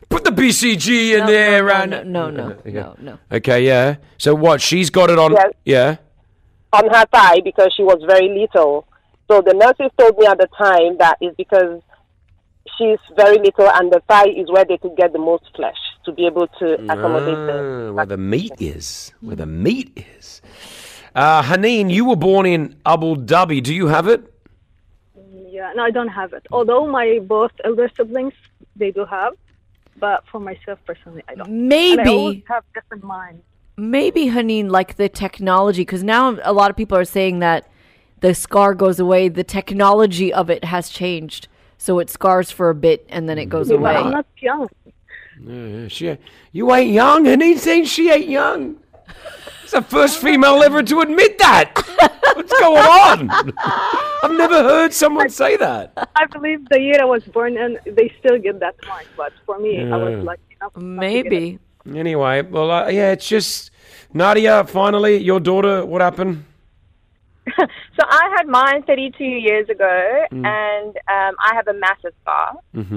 S3: Put the BCG in there, no, and
S4: no, no,
S3: no,
S4: no.
S3: Okay, yeah. So what? She's got it on.
S14: Yes.
S3: Yeah.
S14: on her thigh because she was very little. So the nurses told me at the time that is because she's very little and the thigh is where they could get the most flesh to be able to
S3: Mm.
S14: accommodate the
S3: Ah, where the meat is. Where the meat is. Uh, Haneen, you were born in Abu Dhabi. Do you have it?
S15: Yeah, no, I don't have it. Although my both elder siblings, they do have, but for myself personally, I don't. And I
S4: Maybe.
S15: always have different minds.
S4: Maybe, Haneen, like the technology, because now a lot of people are saying that the scar goes away. The technology of it has changed, so it scars for a bit and then it goes
S15: But
S4: away.
S15: I'm not young.
S3: Yeah, yeah, she. You ain't young, Haneen saying she ain't young. It's the first female ever to admit that. What's going on? I've never heard someone say that.
S15: I believe the year I was born, and they still get that mark. But for me, I was
S3: Yeah.
S15: lucky enough.
S4: Maybe.
S3: Anyway, well, uh, yeah, it's just Nadia. Finally, your daughter. What happened?
S16: So I had mine 32 years ago,
S3: Mm.
S16: and um, I have a massive scar.
S3: Mm-hmm.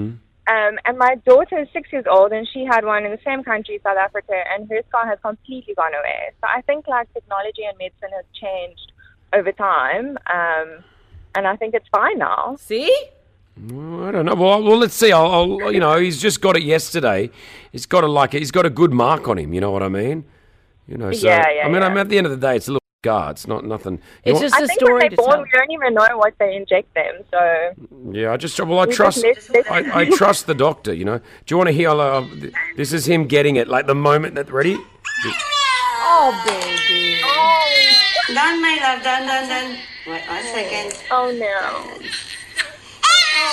S16: Um, and my daughter is six years old, and she had one in the same country, South Africa, and her scar has completely gone away. So I think like technology and medicine has changed over time, um, and I think it's fine now.
S4: See?
S3: Well, I don't know. Well, well let's see. I'll, I'll, you know, he's just got it yesterday. He's got a like. He's got a good mark on him. You know what I mean? You know. So,
S16: Yeah, yeah,
S3: I mean,
S16: yeah.
S3: I'm at the end of the day, it's a little scar. It's not nothing. You
S16: It's
S3: know-
S16: just I think when they're born, we don't even know what they inject them. So
S3: Yeah, I just well, I
S16: We just
S3: trust.
S16: miss this.
S3: I, I trust the doctor. You know. Do you want to hear? Uh, th- this is him getting it. Like the moment that ready.
S4: Oh, baby.
S17: Done, my love. Done, done, done. Wait one second.
S16: Oh, no.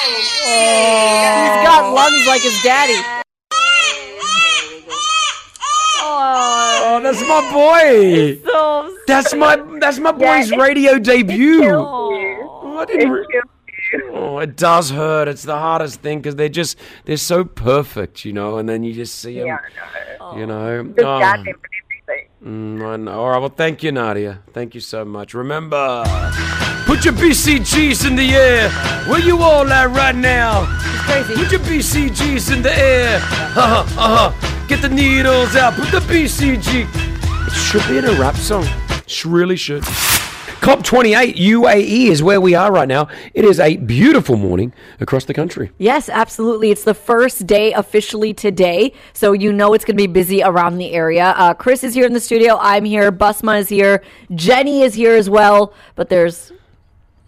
S4: He's got lungs like his daddy. Oh,
S3: Oh, that's my boy.
S4: so
S3: That's my that's my
S4: Yeah,
S3: boy's
S4: it-
S3: radio debut.
S4: Oh,
S3: I didn't re- Oh, it does hurt. It's the hardest thing because they're just they're so perfect, you know. And then you just see them,
S16: Yeah,
S3: you
S4: Um,
S3: know.
S16: Just
S3: Oh,
S16: got them with everything.
S3: mm, I know. All right. Well, thank you, Nadia. Thank you so much. Remember, put your BCGs in the air. Where you all at right now?
S4: Crazy.
S3: Put your BCGs in the air. Uh huh. Uh huh. Get the needles out. Put the BCG. It should be in a rap song. It really should. COP28 UAE E is where we are right now. It is a beautiful morning across the country.
S4: Yes, absolutely. It's the first day officially today, so you know it's going to be busy around the area. Uh, Chris is here in the studio. I'm here. Busma is here. Jenny is here as well. But there's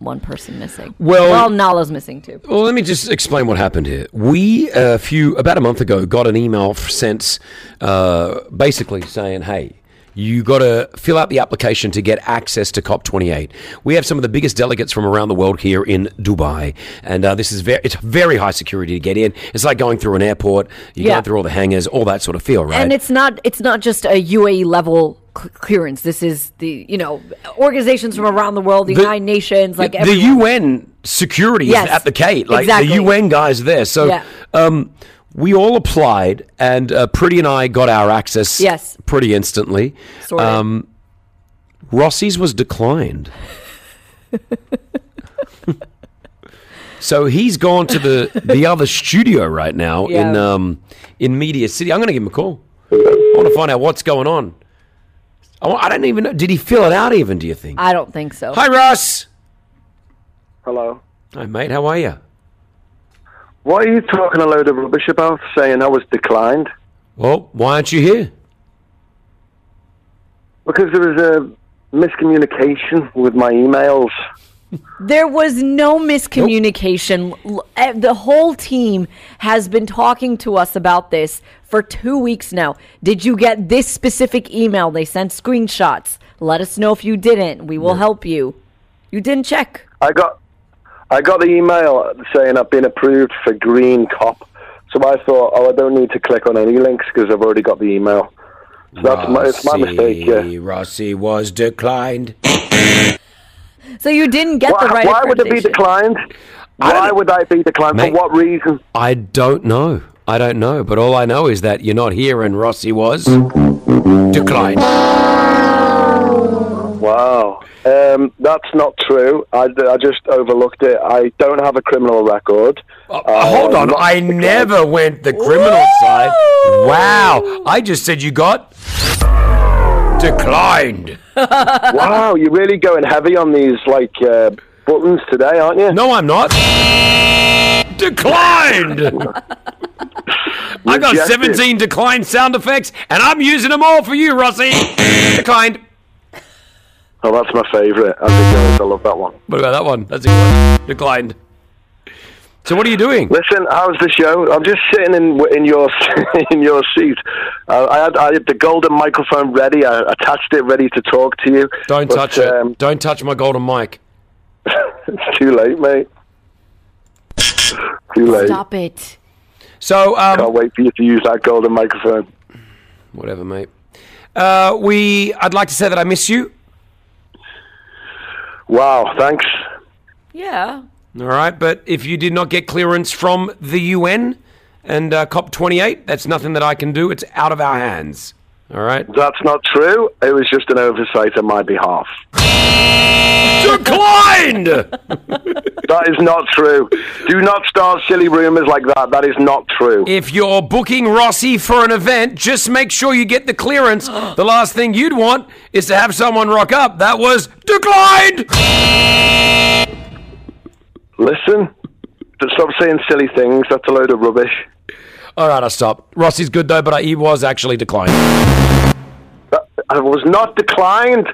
S4: one person missing.
S3: Well-
S4: well, Nala's missing too.
S3: Well, let me just explain what happened here. We a few about a month ago got an email f- sent, uh, basically saying, "Hey." You got to fill out the application to get access to COP28. We have some of the biggest delegates from around the world here in Dubai, and uh, this is very it's very high security to get in. It's like going through an airport. You're
S4: Yeah.
S3: going through all the hangars, all that sort of feel, right?
S4: And it's not it's not just a UAE level c- clearance. This is the you know organizations from around the world, the,
S3: The-
S4: United Nations, like
S3: the
S4: everyone.
S3: UN security
S4: Yes,
S3: is at the gate. Like
S4: exactly.
S3: the UN guys there. So
S4: Yeah.
S3: um, we all applied, and uh, Pretty and I got our access.
S4: Yes.
S3: pretty instantly.
S4: Sorted.
S3: Um,
S4: <laughs>
S3: Rossi's was declined. So he's gone to the the other studio right now in
S18: Yeah.
S3: um in Media City. I'm going to give him a call. I want to find out what's going on. I, wa- I don't even know. Did he fill it out? Even do you think?
S4: I don't think so.
S3: Hi, Russ.
S7: Hello.
S3: Hi, mate. How are you?
S7: What are you talking a load of rubbish about? Saying I was declined
S3: Well, why aren't you here?
S7: because there was a miscommunication with my emails.
S4: There was no miscommunication. L- eh, The whole team has been talking to us about this for two weeks now. Did you get this specific email? They sent screenshots. Let us know if you didn't. We will help you. You didn't check.
S7: I got I got the email saying I've been approved for Green Cop. So I thought, oh, I don't need to click on any links because I've already got the email. So that's my, it's
S3: Ah,
S7: my mistake. Yeah.
S3: Rossi was declined.
S4: So you didn't get the right.
S7: Why would it be
S4: accreditation.
S7: declined? Why would I be declined?
S3: Mate.
S7: For what reason?
S3: I don't know. I don't know. But all I know is that you're not here, and Rossi was declined.
S7: Wow. Um, that's not true. I, I just overlooked it. I don't have a criminal record.
S3: Uh,
S7: Uh,
S3: Hold on, I never went the criminal side. Wow, I just said you got declined.
S7: wow, you're really going heavy on these like uh, buttons today, aren't you?
S3: No, I'm not. Declined. I got
S7: Rejected.
S3: 17 declined sound effects, and I'm using them all for you, Rossi. declined.
S7: Oh, that's my favourite. As a girl, I love that one.
S3: What about that one? That's a good one. Declined. So what are you doing?
S7: Listen, how's the show? I'm just sitting in in your <laughs> in your seat. Uh, I had I had the golden microphone ready. I attached it, ready to talk to you.
S3: Don't
S7: But, um,
S3: touch it. Don't touch my golden mic.
S7: <laughs> it's too late, mate. Too late.
S4: Stop it.
S3: So um,
S7: can't wait for you to use that golden microphone.
S3: Whatever, mate. Uh, we. I'd like to say that I miss you.
S7: Wow, thanks.
S4: Yeah.
S3: All right, but if you did not get clearance from the UN and uh, COP28, that's nothing that I can do. It's out of our hands. All right.
S7: That's not true. It was just an oversight on my behalf.
S3: Declined.
S7: <laughs> that is not true. Do not start silly rumours like that. That is not true.
S3: If you're booking Rossi for an event, just make sure you get the <gasps> clearance. the last thing you'd want is to have someone rock up. That was declined.
S7: Listen, stop saying silly things. That's a load of rubbish.
S3: All right, I'll stop. Rossi's good though, but I, he was actually declined.
S7: I was not declined.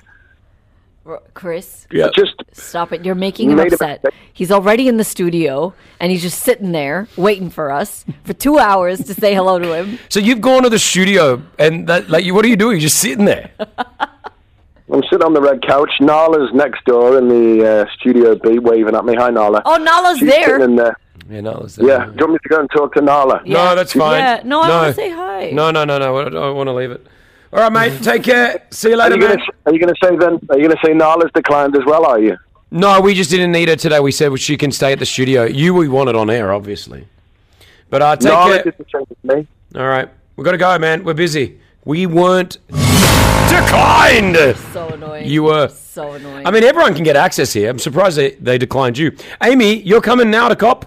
S4: R- Chris,
S3: Yeah.
S7: Just
S4: stop it. You're making him
S7: Made a
S4: upset. He's already in the studio and he's just sitting there waiting for us for two hours to say hello to him.
S3: So you've gone to the studio and that, like, you, what are you doing? You're just sitting there.
S7: I'm sitting on the red couch. Nala's next door in the uh, studio B, waving at me. Hi, Nala.
S4: Oh, Nala's
S7: She's
S4: there.
S7: sitting In there.
S3: Yeah, Nala's
S7: there. Yeah. Do you want me to go and talk to Nala?
S3: No, that's fine.
S4: Yeah, <laughs> no, I wanna say hi.
S3: No, no, no, no. I, I want to leave it. All right, mate. Take care. See you later,
S7: Mm-hmm. Are
S3: man.
S7: you, gonna, are you gonna say then? Are you gonna say Nala's declined as well? Are you?
S3: No, we just didn't need her today. We said well, she can stay at the studio. You, we want it on air, obviously. But uh, take
S7: Nala
S3: care.
S7: did the same with me.
S3: All right, we've got to go, man. We're busy. We weren't declined.
S4: So annoying.
S3: You were.
S4: so annoying.
S3: I mean, everyone can get access here. I'm surprised they, they declined you. Amy, you're coming now to cop.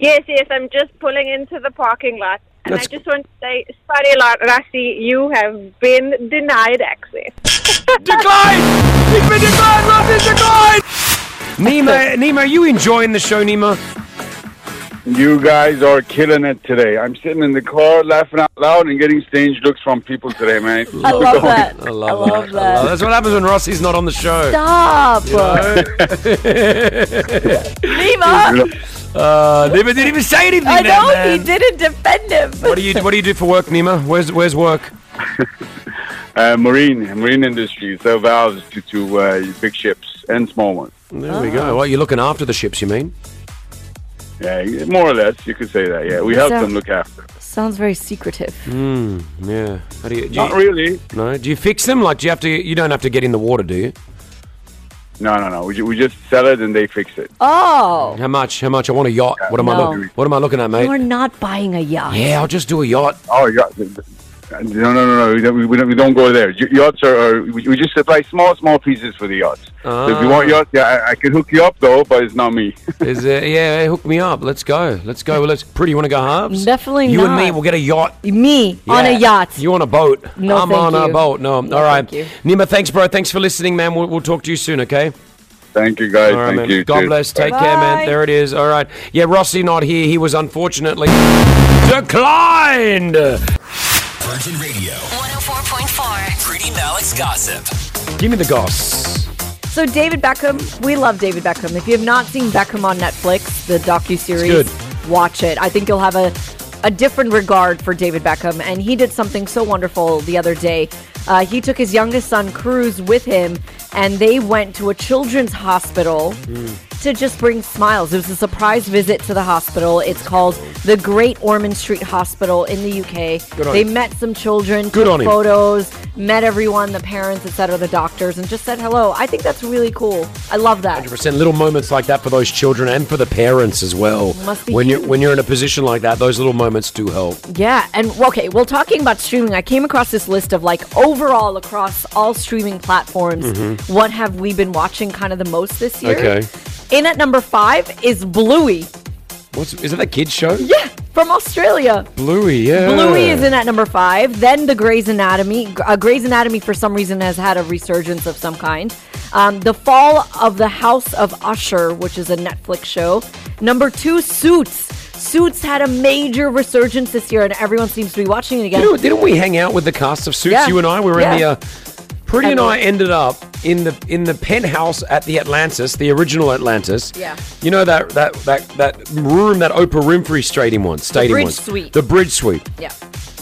S19: Yes, yes, I'm just pulling into the parking lot. And
S3: That's-
S19: I just want to say, sorry, Lord Rasi, you have been denied access. <laughs>
S3: Decline! You've been declined, Rasi, declined! Nima, Nima, are you enjoying the show, Nima?
S20: You guys are killing it today. I'm sitting in the car laughing out loud and getting strange looks from people today, man.
S4: I love that.
S3: I love, that. I love- That's what happens when Rossi's not on the show.
S4: Stop.
S3: You know? <laughs>
S4: Nima.
S3: Uh, Nima didn't even say anything.
S4: I
S3: there,
S4: know
S3: man.
S4: he didn't defend him.
S3: What do you What do you do for work, Nima? Where's Where's work?
S20: Uh, marine, marine industry, so valves to, to uh, big ships and small ones.
S3: There we
S4: Ah.
S3: go. Well, you're looking after the ships, you mean?
S20: Yeah, more or less, you could say that. Yeah, we help
S4: So-
S20: them look after.
S4: Sounds very secretive.
S3: Hmm. Yeah. How do you, do
S20: Not
S3: you-
S20: really.
S3: No. Do you fix them? Like, do you have to? You don't have to get in the water, do you?
S20: No, no, no. We, ju- we just sell it and they fix it.
S4: Oh,
S3: How much? How much? I want a yacht. What am I
S4: No.
S3: looking? What am I looking at,
S4: you
S3: mate?
S4: are not buying a yacht.
S3: Yeah, I'll just do a yacht.
S20: Oh, yacht. No, no, no, no. We don't, we don't, we don't go there. Y- Yachts are, are we, we just supply small, small pieces for the yachts. So if you want
S3: Ah.
S20: yachts, yeah, I, I can hook you up though, but it's not me.
S3: <laughs> Is it? Yeah, hey, hook me up. Let's go. Let's go. Let's. Pretty, you want to go halves?
S4: Definitely
S3: You and
S4: not.
S3: me, we'll get a yacht.
S4: Me on a
S3: Yeah.
S4: yacht.
S3: You on a boat?
S4: No,
S3: I'm
S4: thank
S3: on a
S4: you.
S3: boat. No, all right. Nima, thanks, bro. Thanks for listening, man. We'll, we'll talk to you soon, okay?
S20: Thank you, guys.
S3: All right,
S20: Thank
S3: man.
S20: you.
S3: God
S20: too.
S3: bless. Take
S20: Bye.
S3: care, man. There it is. All right. Yeah, Rossi not here. He was unfortunately declined.
S2: Virgin Radio 104.4. Pretty Malik's Gossip.
S3: Give me the goss.
S4: So David Beckham, we love David Beckham. If you have not seen Beckham on Netflix, the docu
S3: It's
S4: series, watch it. I think you'll have a a different regard for David Beckham, and he did something so wonderful the other day. Uh, he took his youngest son Cruz with him, and they went to a children's hospital
S21: Hmm.
S4: to just bring smiles. It was a surprise visit to the hospital. It's called the Great Ormond Street Hospital in the UK.
S3: Good on
S4: they
S3: him.
S4: met some children,
S3: Good
S4: took
S3: on him.
S4: photos, met everyone, the parents, etc., the doctors, and just said hello. I think that's really cool. I love that.
S3: 100% little moments like that for those children and for the parents as well.
S4: Must be
S3: when you're
S4: huge.
S3: when you're in a position like that, those little moments do help.
S4: Yeah, and okay, well, talking about streaming, I came across this list of like overall across all streaming platforms,
S3: Mhm.
S4: what have we been watching kind of the most this year?
S3: Okay.
S4: In at number five is Bluey
S3: What's is it that kids show?
S4: Yeah. from Australia.
S3: Bluey, yeah.
S4: Bluey is in at number five. Then the Grey's Anatomy. Uh, Grey's Anatomy, for some reason, has had a resurgence of some kind. Um, the Fall of the House of Usher, which is a Netflix show. Number two, Suits. Suits had a major resurgence this year, and everyone seems to be watching it again.
S3: You know, didn't we hang out with the cast of Suits?
S4: Yeah.
S3: You and I we were in the.
S4: Yeah.
S3: Uh, Pretty and
S4: And-
S3: I ended up in the in the penthouse at the Atlantis, the original Atlantis.
S4: Yeah.
S3: You know that that that that room that Oprah Winfrey stayed in once. Stayed in
S4: Bridge
S3: once.
S4: Suite.
S3: The bridge suite.
S4: Yeah.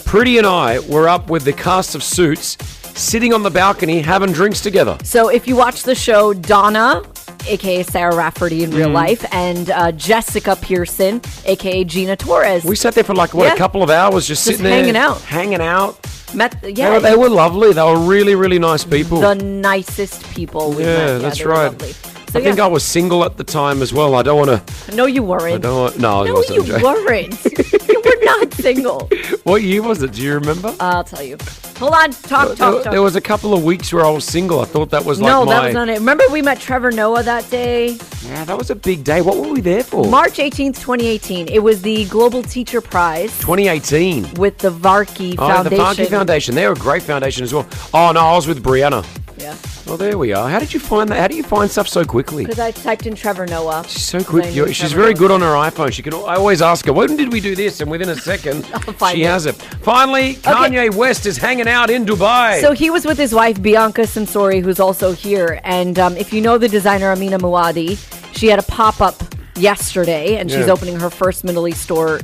S3: Pretty and I were up with the cast of Suits, sitting on the balcony having drinks together.
S4: So if you watch the show, Donna, aka Sarah Rafferty in real
S3: Mhm.
S4: life, and uh, Jessica Pearson, aka Gina Torres.
S3: We sat there for like what
S4: Yeah.
S3: a couple of hours, just,
S4: Just
S3: sitting there,
S4: hanging out.
S3: hanging out.
S4: Met,
S3: They
S4: yeah,
S3: were- they were lovely. They were really, really nice people.
S4: the nicest people. We've met.
S3: yeah, that's
S4: they were
S3: right.
S4: lovely.
S3: I think I was single at the time as well. I don't want to.
S4: No, you
S3: I
S4: weren't.
S3: don't. Want, no, I
S4: No,
S3: wasn't.
S4: you
S3: joking.
S4: weren't.
S3: <laughs>
S4: you were not single.
S3: What year was it? Do you remember?
S4: I'll tell you. Hold on. Talk,
S3: there,
S4: talk, talk.
S3: there was a couple of weeks where I was single. I thought that was like
S4: no,
S3: my.
S4: that was not it. Remember, we met Trevor Noah that day.
S3: yeah, that was a big day. What were we there for?
S4: March 18th, 2018. It was the Global Teacher Prize
S3: 2018.
S4: with the Varkey
S3: Oh, the
S4: Foundation.
S3: Parky Foundation. They're a great foundation as well. Oh no, I was with Brianna.
S4: Yeah.
S3: Well, there we are. How did you find that? How do you find stuff so quickly?
S4: Because I typed in Trevor Noah.
S3: She's so quick. You're- she's
S4: <laughs>
S3: very good on her iPhone. She can. al- I always ask her, when did we do this? And within a
S4: <laughs>
S3: second,
S4: find
S3: she
S4: it.
S3: has it. Finally, Kanye West is hanging out in Dubai.
S4: So he was with his wife Bianca Sensori, who's also here. And um, if you know the designer Amina Muadi, she had a pop up yesterday, and she's
S18: Yeah.
S4: opening her first Middle East store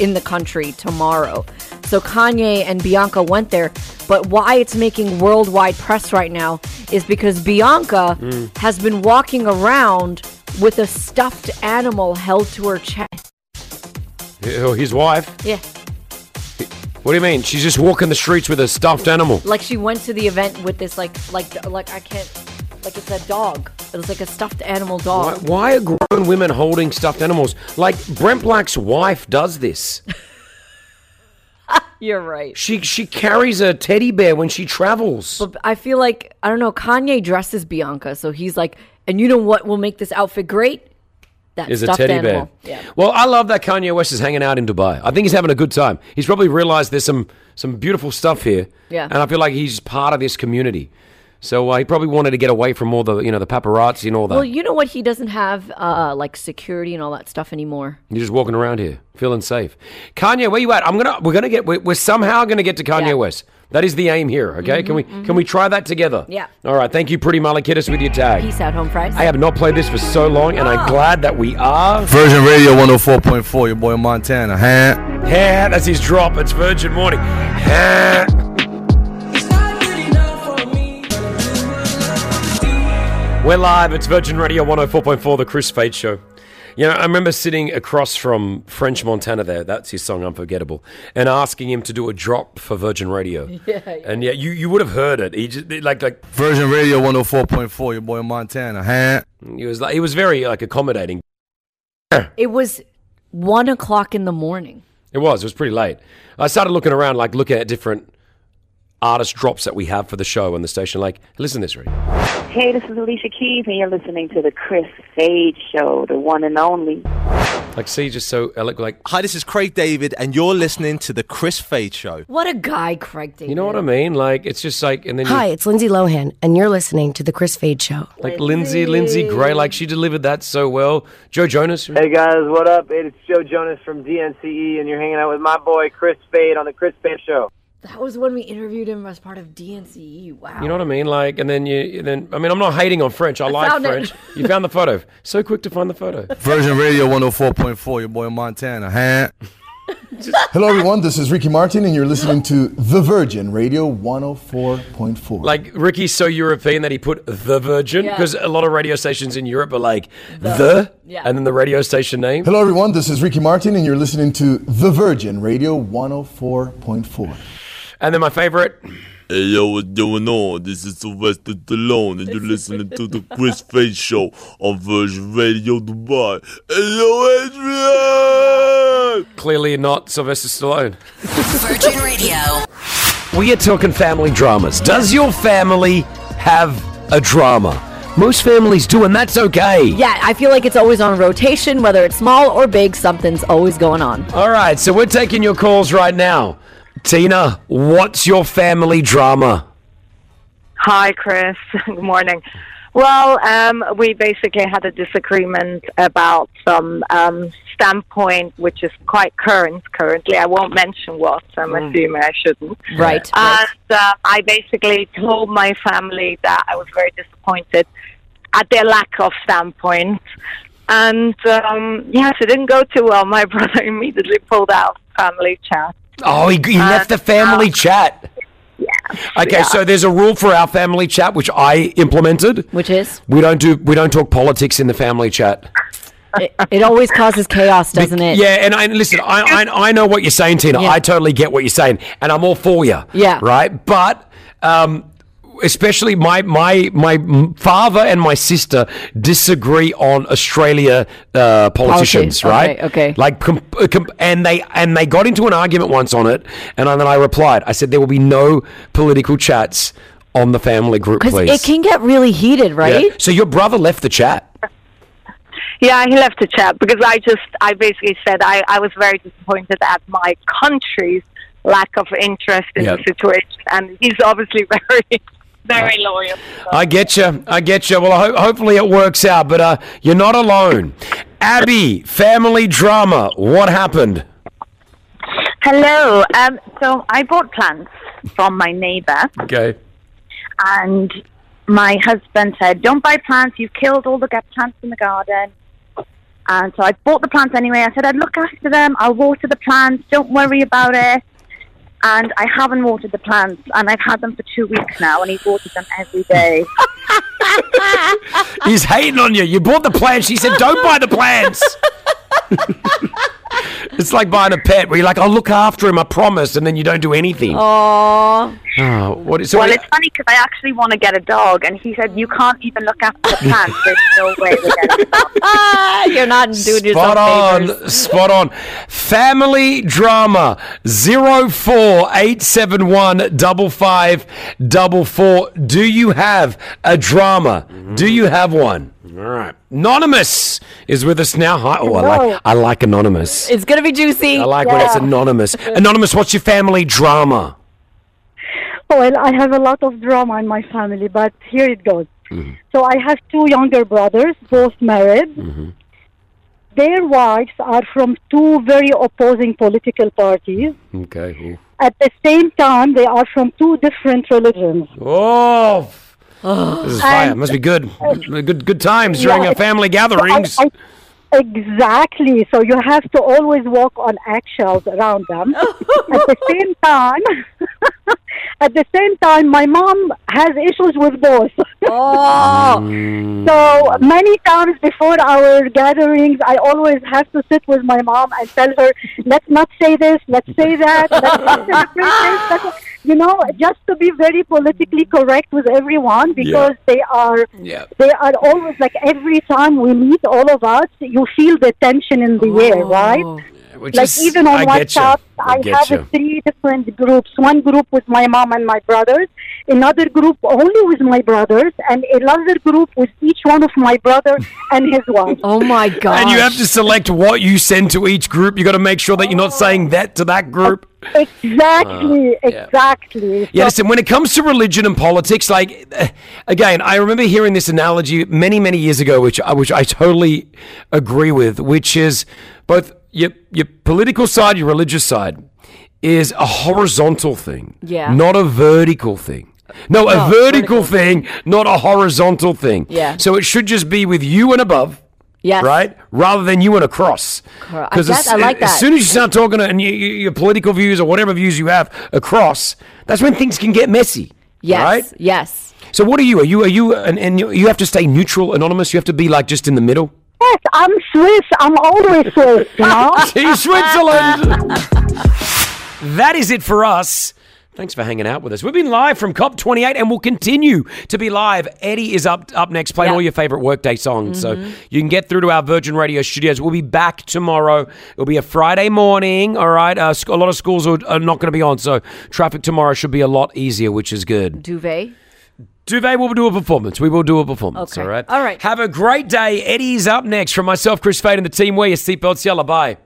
S4: in the country tomorrow. So Kanye and Bianca went there, but why it's making worldwide press right now is because Bianca
S18: Mm.
S4: has been walking around with a stuffed animal held to her chest.
S3: Who- his wife.
S4: Yeah.
S3: What do you mean? She's just walking the streets with a stuffed animal.
S4: like she went to the event with this like like like I can't like it's a dog. It was like a stuffed animal
S3: Why,
S4: dog.
S3: why are grown women holding stuffed animals? Like Brent Black's wife does this.
S4: You're right.
S3: She she carries a teddy bear when she travels.
S4: But I feel like I don't know. Kanye dresses Bianca, so he's like, and you know what will make this outfit great? That
S3: Is a
S4: stuffed
S3: teddy
S4: animal.
S3: bear.
S4: Yeah.
S3: Well, I love that Kanye West is hanging out in Dubai. I think he's having a good time. He's probably realized there's some some beautiful stuff here.
S4: Yeah.
S3: And I feel like he's part of this community. So uh, he probably wanted to get away from all the you know the paparazzi and all that.
S4: Well, you know what? He doesn't have uh, like security and all that stuff anymore.
S3: You're just walking around here, feeling safe. Kanye, where you at? I'm gonna we're gonna get we're, we're somehow gonna get to Kanye West. That is the aim here. Okay, can we can we try that together?
S4: Yeah.
S3: All right. Thank you, Pretty Malik. Hit us with your tag.
S4: Peace out, home fries.
S3: I have not played this for so long, and I'm glad that we are.
S10: Virgin Radio 104.4, your boy Montana, huh?
S3: Yeah, that's his drop. It's Virgin Morning. Yeah. We're live. It's Virgin Radio 104.4, The Chris Fade Show. You know, I remember sitting across from French Montana there, that's his song Unforgettable, and asking him to do a drop for Virgin Radio.
S10: Yeah,
S3: <laughs> And yeah, you, you would have heard it. He just, like, like,
S10: Virgin Radio 104.4, your boy Montana, huh?
S3: he was like, he was very, like, accommodating.
S4: It was one o'clock in the morning.
S3: It was. It was pretty late. I started looking around, like looking at different artist drops that we have for the show on the station. Like, listen to this, Rudy.
S18: Hey, this is Alicia Keys, and you're listening to the Chris Fade Show, the one and only.
S3: Like, see, just so I look like.
S22: Hi, this is Craig David, and you're listening to the Chris Fade Show.
S4: What a guy, Craig David.
S3: You know what I mean? Like, it's just like, and then you-
S23: Hi, it's Lindsay Lohan, and you're listening to The Chris Fade Show.
S3: like Lindsay, Lindsay Gray, like she delivered that so well. Joe Jonas.
S21: Hey guys, what up? It's Joe Jonas from DNCE, E, and you're hanging out with my boy Chris Fade on the Chris Fade Show.
S4: That was when we interviewed him as part of DNCE. E. Wow.
S3: You know what I mean? Like, and then you, and then I mean, I'm not hating on French. I, like
S4: found it.
S3: French. You found the photo. So quick to find the photo.
S10: Version Radio 104.4, your boy Montana. Huh?
S3: Eh.
S24: <laughs> Hello, everyone. This is Ricky Martin, and you're listening to The Virgin Radio 104.4.
S3: Like Ricky's so European that he put the Virgin
S24: Yeah.
S3: because a lot of radio stations in Europe are like the,
S24: Yeah.
S3: and then the radio station name.
S24: Hello, everyone. This is Ricky Martin, and you're listening to The Virgin Radio 104.4.
S3: And then my favorite.
S25: Hey yo, what's going on? This is Sylvester Stallone, and you're listening to the
S24: <laughs>
S25: Chris Face Show on Virgin Radio Dubai. Hey yo, Adrian!
S3: Clearly not Sylvester Stallone.
S1: Virgin Radio.
S3: We are talking family dramas. Does your family have a drama? Most families do, and that's okay.
S4: Yeah, I feel like it's always on rotation, whether it's small or big, something's always going on.
S3: All right, so we're taking your calls right now. Tina, what's your family drama?
S26: Hi, Chris. <laughs> Good morning. Well, um, we basically had a disagreement about some um, standpoint, which is quite current currently. I won't mention what, so I'm
S4: Mm.
S26: assuming I shouldn't.
S4: Right,
S26: And uh, I basically told my family that I was very disappointed at their lack of standpoint. And um, yes, it didn't go too well. My <laughs> brother immediately pulled out family chat.
S3: Oh, he, he left the
S4: Uh,
S3: family chat. Okay, so there's a rule for our family chat which I implemented,
S4: which is
S3: we don't do we don't talk politics in the family chat.
S4: It, it always causes chaos, doesn't it?
S3: Yeah, and I, and listen, I, I I know what you're saying, Tina. I totally get what you're saying, and I'm all for you.
S4: Yeah.
S3: right. But um, especially my my my m- father and my sister disagree on Australia uh, politicians,
S4: Politics,
S3: right?
S4: okay, okay.
S3: Like, com- uh, com- and they and they got into an argument once on it, and then I replied. I said there will be no political chats on the family group,
S4: Because
S3: please.
S4: it can get really heated,
S3: Yeah.
S4: right?
S3: So your brother left the chat.
S26: Yeah, he left the chat because I just, I basically said I, I was very disappointed at my country's lack of interest in
S3: Yeah.
S26: the situation. And he's obviously <laughs> very, very loyal.
S3: I get you. I get you. Well, ho- hopefully it works out, but uh, you're not alone. Abby, family drama. What happened?
S27: Hello. Um, so I bought plants from my neighbor,
S3: Okay.
S27: and my husband said, "Don't buy plants. You've killed all the ga- plants in the garden." And so I bought the plants anyway. I said I'd look after them. I'll water the plants. Don't worry about it. And I haven't watered the plants, and I've had them for two weeks now, and he's watered them every day.
S3: He's hating on you. You bought the plants. She said, don't buy the plants. it's like buying a pet where you're like, I'll look after him, I promise, and then you don't do anything.
S27: Oh.
S3: Oh, what is so
S27: well,
S3: we-
S27: it's funny because I actually want to get a dog, and he said you can't even look after the plants. There's no way we're getting a dog.
S4: <laughs> You're not doing yourself
S3: Spot on,
S4: favors.
S3: spot on. Family drama zero four eight seven one double five double four. Do you have a drama? Do you have one? All right. Anonymous is with us now. Hi. Oh, I
S4: Hello.
S3: like I like anonymous.
S4: It's gonna be juicy.
S3: I like when it's anonymous. anonymous, what's your family drama?
S28: Oh, Well, I have a lot of drama in my family, but here it goes.
S3: Mm,
S28: So I have two younger brothers, both married.
S3: Mm-hmm.
S28: Their wives are from two very opposing political parties.
S3: Okay.
S28: At the same time, they are from two different religions.
S3: Oh. This is fire. Must be good. Good good times during
S28: Um, uh, Yeah.
S3: our family
S28: So I-
S3: gatherings.
S28: I- exactly. So you have to always walk on eggshells around them. at the same time, <laughs> at the same time, my mom has issues with both. <laughs>
S4: Oh.
S28: So many times before our gatherings, I always have to sit with my mom and tell her, "Let's not say this. Let's say that. Let's not celebrate this. Let's- You know, just to be very politically correct with everyone because they are
S3: Yeah.
S28: they are
S3: Oh.
S28: always like every time we meet all of us you feel the tension in the air right
S14: Which
S28: like
S14: is-
S28: even on
S14: I get ya.
S28: WhatsApp,
S14: I
S28: I,
S14: get
S28: have
S14: ya.
S28: three different groups. One group with my mom and my brothers, another group only with my brothers, and another group with each one of my
S3: <laughs>
S28: brother and his wife.
S4: Oh my god!
S3: And you have to select what you send to each group. You got to make sure that you're not saying that to that group.
S28: Exactly, exactly.
S3: Uh, Yeah, listen, when it comes to religion and politics, like, eh, again, I remember hearing this analogy many, many years ago, which I, which I totally agree with, which is both your, your political side, your religious side is a horizontal thing,
S4: Yeah.
S3: not a vertical thing. No, a
S4: No,
S3: vertical, thing, not a horizontal thing.
S4: Yeah.
S3: So it should just be with you and above.
S4: Yes.
S3: Right? Rather than you and across.
S4: Correct. I
S3: Because
S4: get-
S3: as,
S4: I like
S3: as
S4: that.
S3: soon as you start talking and you, you, your political views or whatever views you have across, that's when things can get messy.
S4: Yes,
S3: Right?
S4: Yes.
S3: So what are you? Are you are you and, and you you have to stay neutral, anonymous. You have to be like just in the middle.
S28: Yes, I'm Swiss. I'm always Swiss. You know?
S3: <laughs> See Switzerland. that is it for us. Thanks for hanging out with us. We've been live from COP28 and we'll continue to be live. Eddie is up up next playing all your favorite workday songs.
S4: Mm-hmm.
S10: Mhm.
S3: So you can get through to our Virgin Radio studios. We'll be back tomorrow. It'll be a Friday morning, all right? Uh, sc- a lot of schools are, are not going to be on, so traffic tomorrow should be a lot easier, which is good.
S4: Duvet.
S3: Duvet will do a performance. We will do a performance, all right?
S4: All right.
S3: Have a great day. Eddie's up next. From myself, Chris Fade, and the team, wear your seatbelts. Yellow, bye.